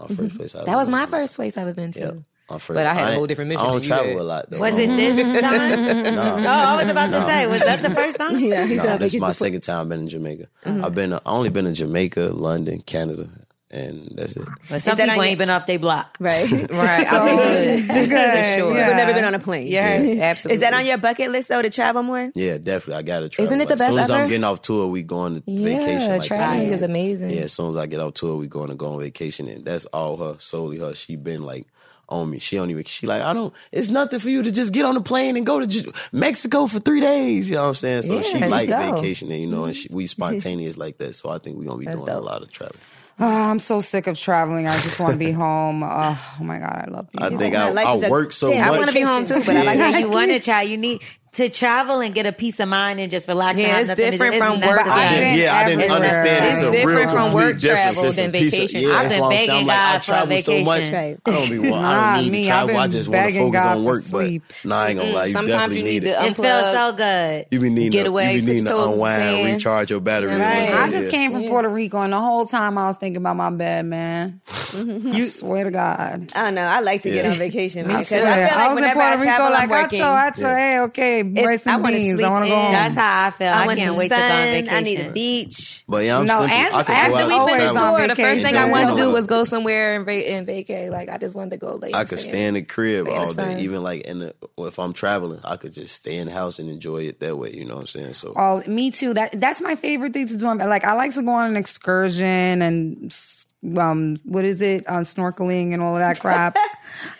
Speaker 7: My 1st place. I
Speaker 4: Mm-hmm. That was my first place I've ever been to.
Speaker 7: but
Speaker 4: I had a whole different mission
Speaker 7: I
Speaker 4: than
Speaker 7: don't
Speaker 4: you
Speaker 7: travel
Speaker 4: did.
Speaker 7: a lot though.
Speaker 6: Was
Speaker 7: Um,
Speaker 6: it this time? No,
Speaker 3: Oh,
Speaker 6: I was about to say, was that the first time?
Speaker 4: Mm-hmm.
Speaker 7: No, that's my second time I've been in Jamaica. I've been I only been in Jamaica, London, Canada, and that's it.
Speaker 6: But some
Speaker 4: that on
Speaker 6: people
Speaker 4: your-
Speaker 6: ain't been off they block.
Speaker 3: Right.
Speaker 4: Right. I'm good.
Speaker 5: You're good,
Speaker 4: For sure.
Speaker 5: yeah.
Speaker 4: We've
Speaker 3: Never been on a plane.
Speaker 4: Yeah, absolutely.
Speaker 3: Is that on your bucket list though to travel more?
Speaker 7: Yeah, definitely. I gotta travel.
Speaker 4: Isn't it the
Speaker 7: Like, As soon as
Speaker 4: best ever?
Speaker 7: I'm getting off tour, we going to vacation.
Speaker 4: Yeah,
Speaker 7: like
Speaker 4: traveling
Speaker 7: that.
Speaker 4: is amazing.
Speaker 7: Yeah, as soon as I get off tour, we going to go on vacation, and that's all her, solely her. She been like on me. She don't even. She like, I don't. It's nothing for you to just get on a plane and go to J- Mexico for three days. You know what I'm saying? So
Speaker 4: Yeah,
Speaker 7: she
Speaker 4: let's
Speaker 7: like
Speaker 4: go.
Speaker 7: vacationing, you know, and she, we spontaneous like that. So I think we gonna be doing
Speaker 4: dope.
Speaker 7: a lot of travel.
Speaker 5: Ah, I'm so sick of traveling. I just want to be home. Oh, my God, I love you.
Speaker 7: I think
Speaker 3: my
Speaker 7: I,
Speaker 3: life
Speaker 7: I
Speaker 3: is a
Speaker 7: work so
Speaker 3: damn-
Speaker 4: I
Speaker 7: much.
Speaker 4: want to be home too, but I like
Speaker 6: Like
Speaker 4: how
Speaker 6: how
Speaker 4: you
Speaker 6: you want to try, you need to travel and get a peace of mind and just relax. and
Speaker 4: Yeah,
Speaker 6: have
Speaker 4: it's
Speaker 6: nothing to do.
Speaker 4: different from
Speaker 6: nothing
Speaker 4: work
Speaker 6: to
Speaker 5: But I've
Speaker 6: do.
Speaker 7: Yeah,
Speaker 5: been
Speaker 7: yeah, I didn't
Speaker 5: everywhere.
Speaker 7: understand.
Speaker 4: It's
Speaker 7: a real
Speaker 4: different from
Speaker 7: complete
Speaker 4: work
Speaker 7: difference.
Speaker 4: travel
Speaker 7: It's a
Speaker 4: than
Speaker 7: piece of-
Speaker 4: vacation.
Speaker 7: yeah,
Speaker 4: I've
Speaker 7: that's
Speaker 6: been
Speaker 7: why I'm
Speaker 6: begging
Speaker 7: saying, like, I
Speaker 6: God for a
Speaker 7: travel so much.
Speaker 6: vacation.
Speaker 3: Right.
Speaker 7: I don't be. want-
Speaker 5: Nah,
Speaker 7: I don't need
Speaker 5: me,
Speaker 7: to
Speaker 5: I've
Speaker 7: travel. I
Speaker 5: been
Speaker 7: just want to
Speaker 5: begging
Speaker 7: focus
Speaker 5: God
Speaker 7: on
Speaker 5: for
Speaker 7: work. But
Speaker 5: sleep.
Speaker 7: nah, I ain't gonna lie. You
Speaker 4: Sometimes
Speaker 7: definitely
Speaker 4: you
Speaker 7: it.
Speaker 4: need to
Speaker 6: It feels
Speaker 4: unplug.
Speaker 6: so good.
Speaker 7: You be needing
Speaker 4: Get
Speaker 7: to,
Speaker 4: away,
Speaker 7: You
Speaker 4: put
Speaker 7: be
Speaker 4: your
Speaker 7: needing to
Speaker 4: toes in the
Speaker 7: unwind,
Speaker 4: sand.
Speaker 7: recharge your batteries.
Speaker 4: Right.
Speaker 7: Yeah.
Speaker 5: I just came from Puerto Rico, and the whole time I was thinking about my bed, man. I swear to God.
Speaker 3: I don't know. I like to get
Speaker 7: Yeah.
Speaker 3: on vacation
Speaker 5: I,
Speaker 3: because I feel
Speaker 5: swear.
Speaker 3: like
Speaker 5: I was in
Speaker 3: whenever
Speaker 5: Puerto
Speaker 3: I travel,
Speaker 5: Rico,
Speaker 3: I'm
Speaker 5: like,
Speaker 3: working.
Speaker 5: acho, acho, hey, okay, rice and
Speaker 3: I wanna
Speaker 5: beans.
Speaker 3: sleep
Speaker 5: I want to go
Speaker 3: in.
Speaker 5: home.
Speaker 6: That's how I feel.
Speaker 3: I
Speaker 6: I,
Speaker 3: want
Speaker 6: can't
Speaker 3: some
Speaker 6: wait
Speaker 3: sun.
Speaker 6: to go on vacation.
Speaker 3: I need a beach.
Speaker 7: But yeah, I'm
Speaker 5: No,
Speaker 7: simple.
Speaker 5: and
Speaker 7: I can
Speaker 5: after
Speaker 7: go
Speaker 4: After
Speaker 7: out
Speaker 4: we
Speaker 7: and
Speaker 5: Always
Speaker 4: finished
Speaker 5: on
Speaker 7: travel.
Speaker 4: tour, the first
Speaker 5: vacation.
Speaker 4: thing I wanted to do
Speaker 7: Yeah.
Speaker 4: was go somewhere and, va- and vacay. Like I just wanted to go lay.
Speaker 7: I
Speaker 4: in
Speaker 7: could
Speaker 4: sand.
Speaker 7: stay in the crib
Speaker 4: Stay in the
Speaker 7: all day,
Speaker 4: sun.
Speaker 7: even like in the, well, if I'm traveling, I could just stay in the house and enjoy it that way. You know what I'm saying? So
Speaker 5: Oh, me too. That that's my favorite thing to do. I'm- Like I like to go on an excursion and s- um, what is it, uh, snorkeling and all of that crap.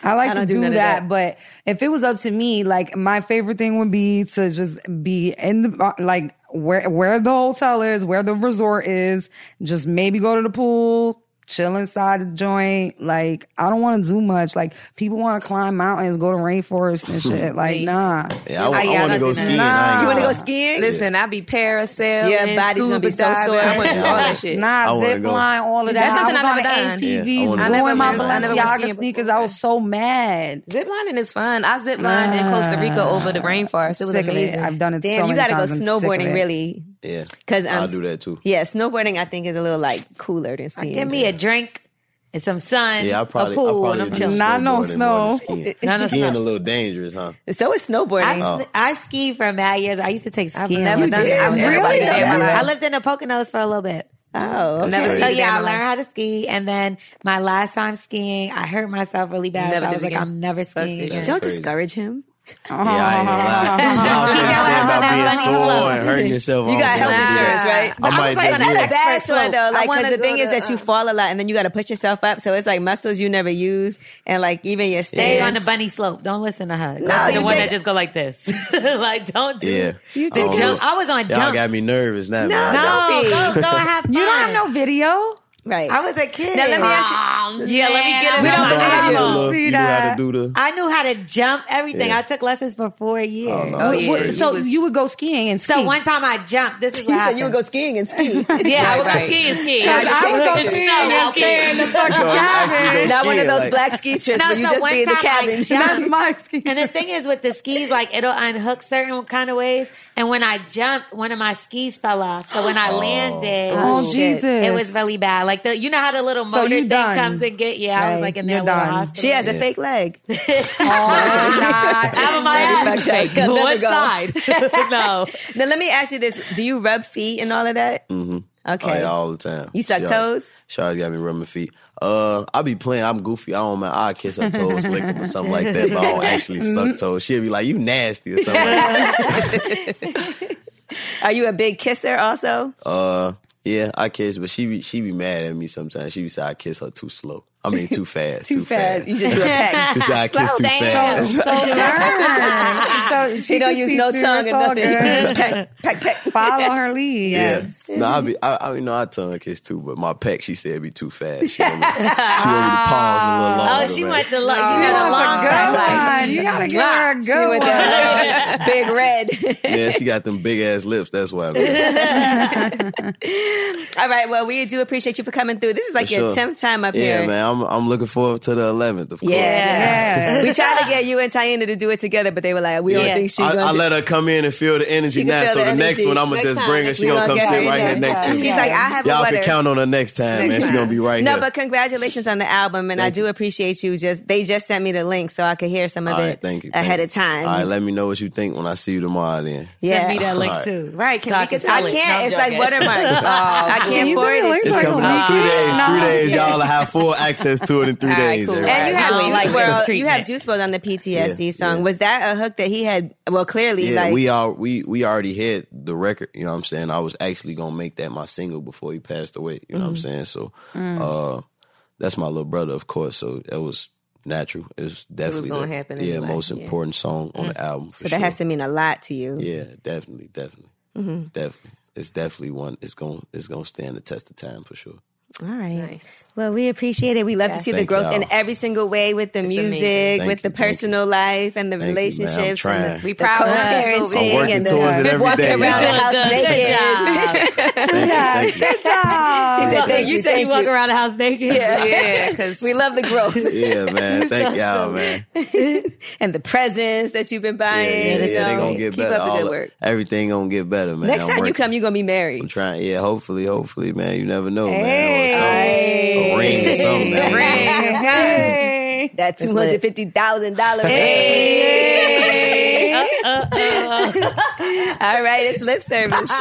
Speaker 5: I like
Speaker 3: I
Speaker 5: to
Speaker 3: don't do
Speaker 5: do,
Speaker 3: none
Speaker 5: that,
Speaker 3: of that.
Speaker 5: but if it was up to me, like my favorite thing would be to just be in the uh, like where where the hotel is, where the resort is. Just maybe go to the pool. Chill inside the joint. Like, I don't want to do much. Like, people want to climb mountains, go to rainforests and shit. Like, nah.
Speaker 7: yeah, I, I,
Speaker 6: yeah, I
Speaker 7: want
Speaker 6: don't
Speaker 7: to go
Speaker 6: do that.
Speaker 7: skiing.
Speaker 5: Nah.
Speaker 7: I
Speaker 3: You want to
Speaker 7: ain't gonna
Speaker 3: go
Speaker 7: lie.
Speaker 3: skiing?
Speaker 4: Listen, I be parasailing.
Speaker 3: Your body's gonna
Speaker 4: scuba
Speaker 3: be so
Speaker 4: diving.
Speaker 3: sore.
Speaker 4: I want to do all that shit.
Speaker 5: Nah,
Speaker 7: I wanna
Speaker 5: zip
Speaker 7: go.
Speaker 5: line, all of that.
Speaker 4: That's something
Speaker 5: I was
Speaker 4: I
Speaker 5: on
Speaker 4: never done.
Speaker 5: the
Speaker 7: Yeah, I
Speaker 5: ATVs,
Speaker 7: wanna go
Speaker 5: ruined my
Speaker 7: skiing. I never
Speaker 4: went
Speaker 5: Balenciaga
Speaker 4: skiing
Speaker 5: sneakers.
Speaker 4: before.
Speaker 5: I was so mad.
Speaker 4: Ziplining is fun. I ziplined in Costa Rica over the rainforest. It was
Speaker 5: sick
Speaker 4: amazing.
Speaker 5: of it. I've done it
Speaker 3: Damn,
Speaker 5: so
Speaker 3: you
Speaker 5: many
Speaker 3: gotta
Speaker 5: times.
Speaker 3: go
Speaker 5: I'm sick of
Speaker 3: snowboarding
Speaker 5: it.
Speaker 3: really.
Speaker 7: Yeah,
Speaker 3: 'Cause I'm
Speaker 7: I do that too.
Speaker 3: Yeah, snowboarding I think is a little like cooler than skiing.
Speaker 6: Give me a drink and some sun,
Speaker 7: Yeah, I probably,
Speaker 6: a pool,
Speaker 7: I
Speaker 6: and
Speaker 7: probably
Speaker 6: I'm
Speaker 7: do
Speaker 6: chilling.
Speaker 5: Not no
Speaker 7: snowboarding more than
Speaker 5: snow.
Speaker 7: Skiing.
Speaker 6: Not no
Speaker 7: skiing
Speaker 6: snow.
Speaker 7: a little dangerous, huh?
Speaker 3: so is snowboarding.
Speaker 6: I, s- I skied for mad years. I us't to take
Speaker 4: I've
Speaker 6: skiing.
Speaker 4: never
Speaker 6: lessons.
Speaker 4: done it. I've never
Speaker 5: Really?
Speaker 4: done it in my
Speaker 6: I
Speaker 4: life.
Speaker 6: lived in the Poconos for a little bit.
Speaker 3: oh, okay.
Speaker 4: Never
Speaker 6: So
Speaker 4: skied a day in
Speaker 6: yeah,
Speaker 4: my
Speaker 6: I
Speaker 4: life.
Speaker 6: learned how to ski, and then my last time skiing, I hurt myself really bad.
Speaker 4: Never
Speaker 6: so I
Speaker 4: did
Speaker 6: was
Speaker 4: it
Speaker 6: like,
Speaker 4: again.
Speaker 6: I'm never skiing
Speaker 4: this
Speaker 6: again.
Speaker 3: Don't
Speaker 7: Crazy.
Speaker 3: discourage him.
Speaker 7: Yeah, I ain't gonna lie. Y'all was gonna say about being sore and hurting
Speaker 5: Oh,
Speaker 7: yourself.
Speaker 3: You
Speaker 7: I
Speaker 3: got
Speaker 7: don't
Speaker 3: health
Speaker 7: think I'm gonna do
Speaker 3: insurance,
Speaker 7: that.
Speaker 3: right?
Speaker 7: I might
Speaker 3: It's
Speaker 7: just do
Speaker 3: not a
Speaker 7: that.
Speaker 3: bad sore
Speaker 4: slope.
Speaker 3: though.
Speaker 4: I
Speaker 3: Like,
Speaker 4: wanna
Speaker 3: cause the
Speaker 4: go
Speaker 3: thing is
Speaker 4: to,
Speaker 3: that
Speaker 6: uh,
Speaker 3: you
Speaker 4: um,
Speaker 3: fall a lot and then you got to push yourself up. So it's like muscles you never use and like even your
Speaker 6: Stay
Speaker 3: stance.
Speaker 6: on the bunny slope. Don't listen to her.
Speaker 3: No,
Speaker 6: No,
Speaker 3: you
Speaker 6: the one
Speaker 3: take-
Speaker 6: that just go like this. like, don't do.
Speaker 7: Yeah,
Speaker 3: You
Speaker 7: I don't
Speaker 3: did
Speaker 6: jump.
Speaker 7: know.
Speaker 6: I was on
Speaker 7: Y'all
Speaker 6: jump.
Speaker 7: got me nervous now.
Speaker 3: No,
Speaker 7: man.
Speaker 3: no.
Speaker 6: No,
Speaker 3: Don't be.
Speaker 6: go, go and have fun.
Speaker 5: You don't have no
Speaker 7: Oh,
Speaker 5: video?
Speaker 3: Right.
Speaker 6: I was a kid.
Speaker 3: now let me ask you.
Speaker 6: yeah, let me get it.
Speaker 7: You
Speaker 6: on
Speaker 7: know
Speaker 6: my
Speaker 7: how to do the
Speaker 6: album.
Speaker 7: little-
Speaker 5: See
Speaker 7: You know how
Speaker 5: that?
Speaker 7: to do the.
Speaker 6: I knew how to jump everything.
Speaker 7: Yeah.
Speaker 6: I took lessons for four years.
Speaker 7: Oh, no.
Speaker 4: Oh,
Speaker 7: that's
Speaker 4: yeah.
Speaker 7: crazy.
Speaker 5: So
Speaker 4: You was-
Speaker 5: you would go skiing and ski.
Speaker 6: So one time I jumped. This is what
Speaker 3: You said
Speaker 6: happened.
Speaker 3: you would go skiing and ski.
Speaker 6: yeah, I would
Speaker 4: Right,
Speaker 6: go
Speaker 4: right.
Speaker 6: skiing, skiing.
Speaker 5: I would go skiing and
Speaker 6: out there in the fucking
Speaker 7: So you actually go
Speaker 3: Not one of
Speaker 7: skiing,
Speaker 3: those
Speaker 7: like-
Speaker 3: black ski trips
Speaker 6: No,
Speaker 3: where you
Speaker 6: so
Speaker 3: just
Speaker 6: one
Speaker 3: be in the
Speaker 6: time, like,
Speaker 3: cabin.
Speaker 5: That's my ski.
Speaker 6: And the
Speaker 5: trip.
Speaker 6: thing is with the skis, like it'll unhook certain kind of ways. And when I jumped, one of my skis fell off. So when I landed,
Speaker 5: Oh,
Speaker 3: shit.
Speaker 5: Jesus.
Speaker 6: it was really bad. Like the you know how the little motor
Speaker 5: So you
Speaker 6: thing
Speaker 5: done.
Speaker 6: comes and get yeah, I was like in
Speaker 5: You're
Speaker 6: that little
Speaker 5: done.
Speaker 6: hospital.
Speaker 3: she has a fake leg. Oh,
Speaker 6: out of my
Speaker 3: Already
Speaker 6: ass.
Speaker 3: fucked up. Never
Speaker 6: one
Speaker 3: go.
Speaker 6: side. no.
Speaker 3: Now let me ask you this: Do you rub feet and all of that? Mm-hmm.
Speaker 7: Oh,
Speaker 3: Okay.
Speaker 7: yeah, all the time.
Speaker 3: You suck
Speaker 7: She
Speaker 3: toes?
Speaker 7: She always got me rubbing my feet. Uh, I be playing. I'm goofy. I don't mind. I kiss her toes, lick them, or something like that. But I don't actually suck toes. She'll be like, "You nasty" or something. like that.
Speaker 3: Are you a big kisser also?
Speaker 7: Uh, yeah, I kiss, but she be she be mad at me sometimes. She be say I kiss her too slow. I mean, too fast. too, fast.
Speaker 3: You just do a peck.
Speaker 7: She say I kiss
Speaker 4: Slow
Speaker 7: too
Speaker 4: down.
Speaker 7: fast.
Speaker 5: so learn. So she
Speaker 3: She don't
Speaker 5: can
Speaker 3: use
Speaker 5: teach
Speaker 3: no
Speaker 5: you.
Speaker 3: tongue
Speaker 5: It's
Speaker 3: or
Speaker 5: all
Speaker 3: nothing.
Speaker 5: good.
Speaker 3: peck, peck, peck.
Speaker 5: Follow her lead.
Speaker 7: Yeah.
Speaker 5: Yes.
Speaker 7: No, I be I, I mean, no, I tongue kiss too, but my peck, she said be too fast. She want me, she want me to pause a little longer.
Speaker 6: Oh, she
Speaker 7: man.
Speaker 6: went to long. she
Speaker 5: She
Speaker 6: went a
Speaker 5: wants
Speaker 6: long
Speaker 5: a
Speaker 6: time.
Speaker 5: good
Speaker 6: Like,
Speaker 5: one. You gotta give her a
Speaker 3: She
Speaker 5: good
Speaker 3: with
Speaker 5: one.
Speaker 3: that little big red.
Speaker 7: Yeah, she got them big ass lips. That's why. man.
Speaker 3: All right. Well, we do appreciate you for coming through. This is like
Speaker 7: For
Speaker 3: your
Speaker 7: sure.
Speaker 3: tenth time up
Speaker 7: Yeah,
Speaker 3: here.
Speaker 7: man. I'm I'm looking forward to the 11th. Of course.
Speaker 3: Yeah.
Speaker 5: Yeah.
Speaker 3: We tried to get you and Tiana to do it together, but they were like, we
Speaker 6: Yeah.
Speaker 3: don't think she's
Speaker 7: I,
Speaker 3: gonna
Speaker 7: I
Speaker 3: do-
Speaker 7: let her come in and feel the energy
Speaker 3: can
Speaker 7: now.
Speaker 3: feel
Speaker 7: So
Speaker 3: the
Speaker 7: the next
Speaker 3: energy.
Speaker 7: one, I'm gonna
Speaker 4: Next
Speaker 7: just
Speaker 4: time,
Speaker 7: bring her.
Speaker 4: next
Speaker 7: She
Speaker 3: we gonna
Speaker 7: gonna come
Speaker 3: get
Speaker 7: sit
Speaker 3: her
Speaker 7: right here
Speaker 3: in.
Speaker 7: next to me.
Speaker 3: She's like, I have a
Speaker 7: Y'all
Speaker 3: water.
Speaker 7: can count on her next time,
Speaker 3: Next
Speaker 7: man. She
Speaker 3: time.
Speaker 7: gonna be right
Speaker 3: No,
Speaker 7: here.
Speaker 3: but congratulations on the album, and I do appreciate appreciate you. Just they just sent me the link so I could hear some of
Speaker 7: All right,
Speaker 3: it
Speaker 7: thank you. thank
Speaker 3: ahead
Speaker 7: you.
Speaker 3: of time.
Speaker 7: All right, let me know what you think when I see you tomorrow then.
Speaker 3: yeah,
Speaker 6: Send me that link
Speaker 7: Alright.
Speaker 6: too.
Speaker 8: Right, can
Speaker 6: So
Speaker 8: we
Speaker 6: I can
Speaker 8: get
Speaker 3: I
Speaker 6: sell it.
Speaker 3: can't.
Speaker 6: No,
Speaker 3: it's
Speaker 6: I'm
Speaker 3: like
Speaker 6: joking.
Speaker 3: watermarks. I
Speaker 7: Oh,
Speaker 5: Can
Speaker 3: can't
Speaker 5: you
Speaker 3: forward
Speaker 5: send me the
Speaker 3: it.
Speaker 5: links
Speaker 3: to
Speaker 7: It's
Speaker 5: like
Speaker 3: you.
Speaker 7: coming
Speaker 5: a
Speaker 7: in three
Speaker 5: week?
Speaker 7: days.
Speaker 5: No.
Speaker 7: Three days. Y'all will have full access to it in three
Speaker 8: All right,
Speaker 7: days.
Speaker 8: cool.
Speaker 7: everybody.
Speaker 3: And you
Speaker 8: Right.
Speaker 3: had
Speaker 8: I don't
Speaker 3: Juice
Speaker 8: like
Speaker 3: World.
Speaker 6: this
Speaker 3: You
Speaker 6: treatment.
Speaker 3: had Juice World on the PTSD
Speaker 7: Yeah,
Speaker 3: song.
Speaker 7: yeah.
Speaker 3: Was that a hook that he had? Well, clearly,
Speaker 7: Yeah,
Speaker 3: like
Speaker 7: we all we we already had the record. You know what I'm saying? I was actually gonna make that my single before he passed away. You know what I'm
Speaker 3: Mm-hmm.
Speaker 7: saying? So,
Speaker 3: Mm.
Speaker 7: uh, that's my little brother, of course. So that was natural. It was definitely
Speaker 4: gonna
Speaker 7: the,
Speaker 4: happen
Speaker 7: Yeah,
Speaker 4: anyway,
Speaker 7: most
Speaker 4: yeah.
Speaker 7: important song on the album. For
Speaker 3: Mm. so
Speaker 7: sure.
Speaker 3: that has to mean a lot to you.
Speaker 7: Yeah, definitely, definitely,
Speaker 3: Mm-hmm.
Speaker 7: definitely. It's definitely one. It's gonna it's gonna stand the test of time for sure.
Speaker 3: All right.
Speaker 4: Nice.
Speaker 3: Well, we appreciate it. We love to see the
Speaker 7: Thank
Speaker 3: growth in
Speaker 7: y'all.
Speaker 3: every single way with the music,
Speaker 7: Thank
Speaker 3: with the
Speaker 7: you, thank you.
Speaker 3: personal life, and the
Speaker 7: Thank you, ma'am. I'm
Speaker 3: relationships, and
Speaker 7: trying.
Speaker 3: the,
Speaker 7: We
Speaker 3: the
Speaker 4: proud of you.
Speaker 3: co-parenting,
Speaker 7: I'm working
Speaker 3: and the
Speaker 7: towards it every
Speaker 3: walking
Speaker 7: day,
Speaker 3: around
Speaker 7: y'all.
Speaker 3: the house
Speaker 6: Good
Speaker 3: naked.
Speaker 6: job.
Speaker 7: Thank you, thank you.
Speaker 3: He said, "Thank
Speaker 6: you
Speaker 3: you,
Speaker 6: said
Speaker 3: thank
Speaker 6: you walk around the house naked.
Speaker 3: Yeah.
Speaker 4: Yeah, because
Speaker 3: We love the growth
Speaker 7: Yeah, man. Thank y'all, man.
Speaker 3: and the presents that you've been
Speaker 7: Yeah,
Speaker 3: buying.
Speaker 7: yeah, yeah.
Speaker 3: you
Speaker 7: They
Speaker 3: know.
Speaker 7: gonna get
Speaker 4: Keep up
Speaker 7: better.
Speaker 4: the good
Speaker 7: All-
Speaker 4: work.
Speaker 7: Everything gonna get better, man.
Speaker 3: Next
Speaker 7: I'm
Speaker 3: time you
Speaker 7: working.
Speaker 3: come, you're gonna be
Speaker 7: I'm
Speaker 3: married.
Speaker 7: trying. Yeah, hopefully, hopefully, man. You never know,
Speaker 3: Hey.
Speaker 7: man. Or something. A ring or something, man. You know?
Speaker 5: Hey.
Speaker 3: That two hundred fifty thousand dollars.
Speaker 6: Uh, uh, uh.
Speaker 3: All right, it's lip service.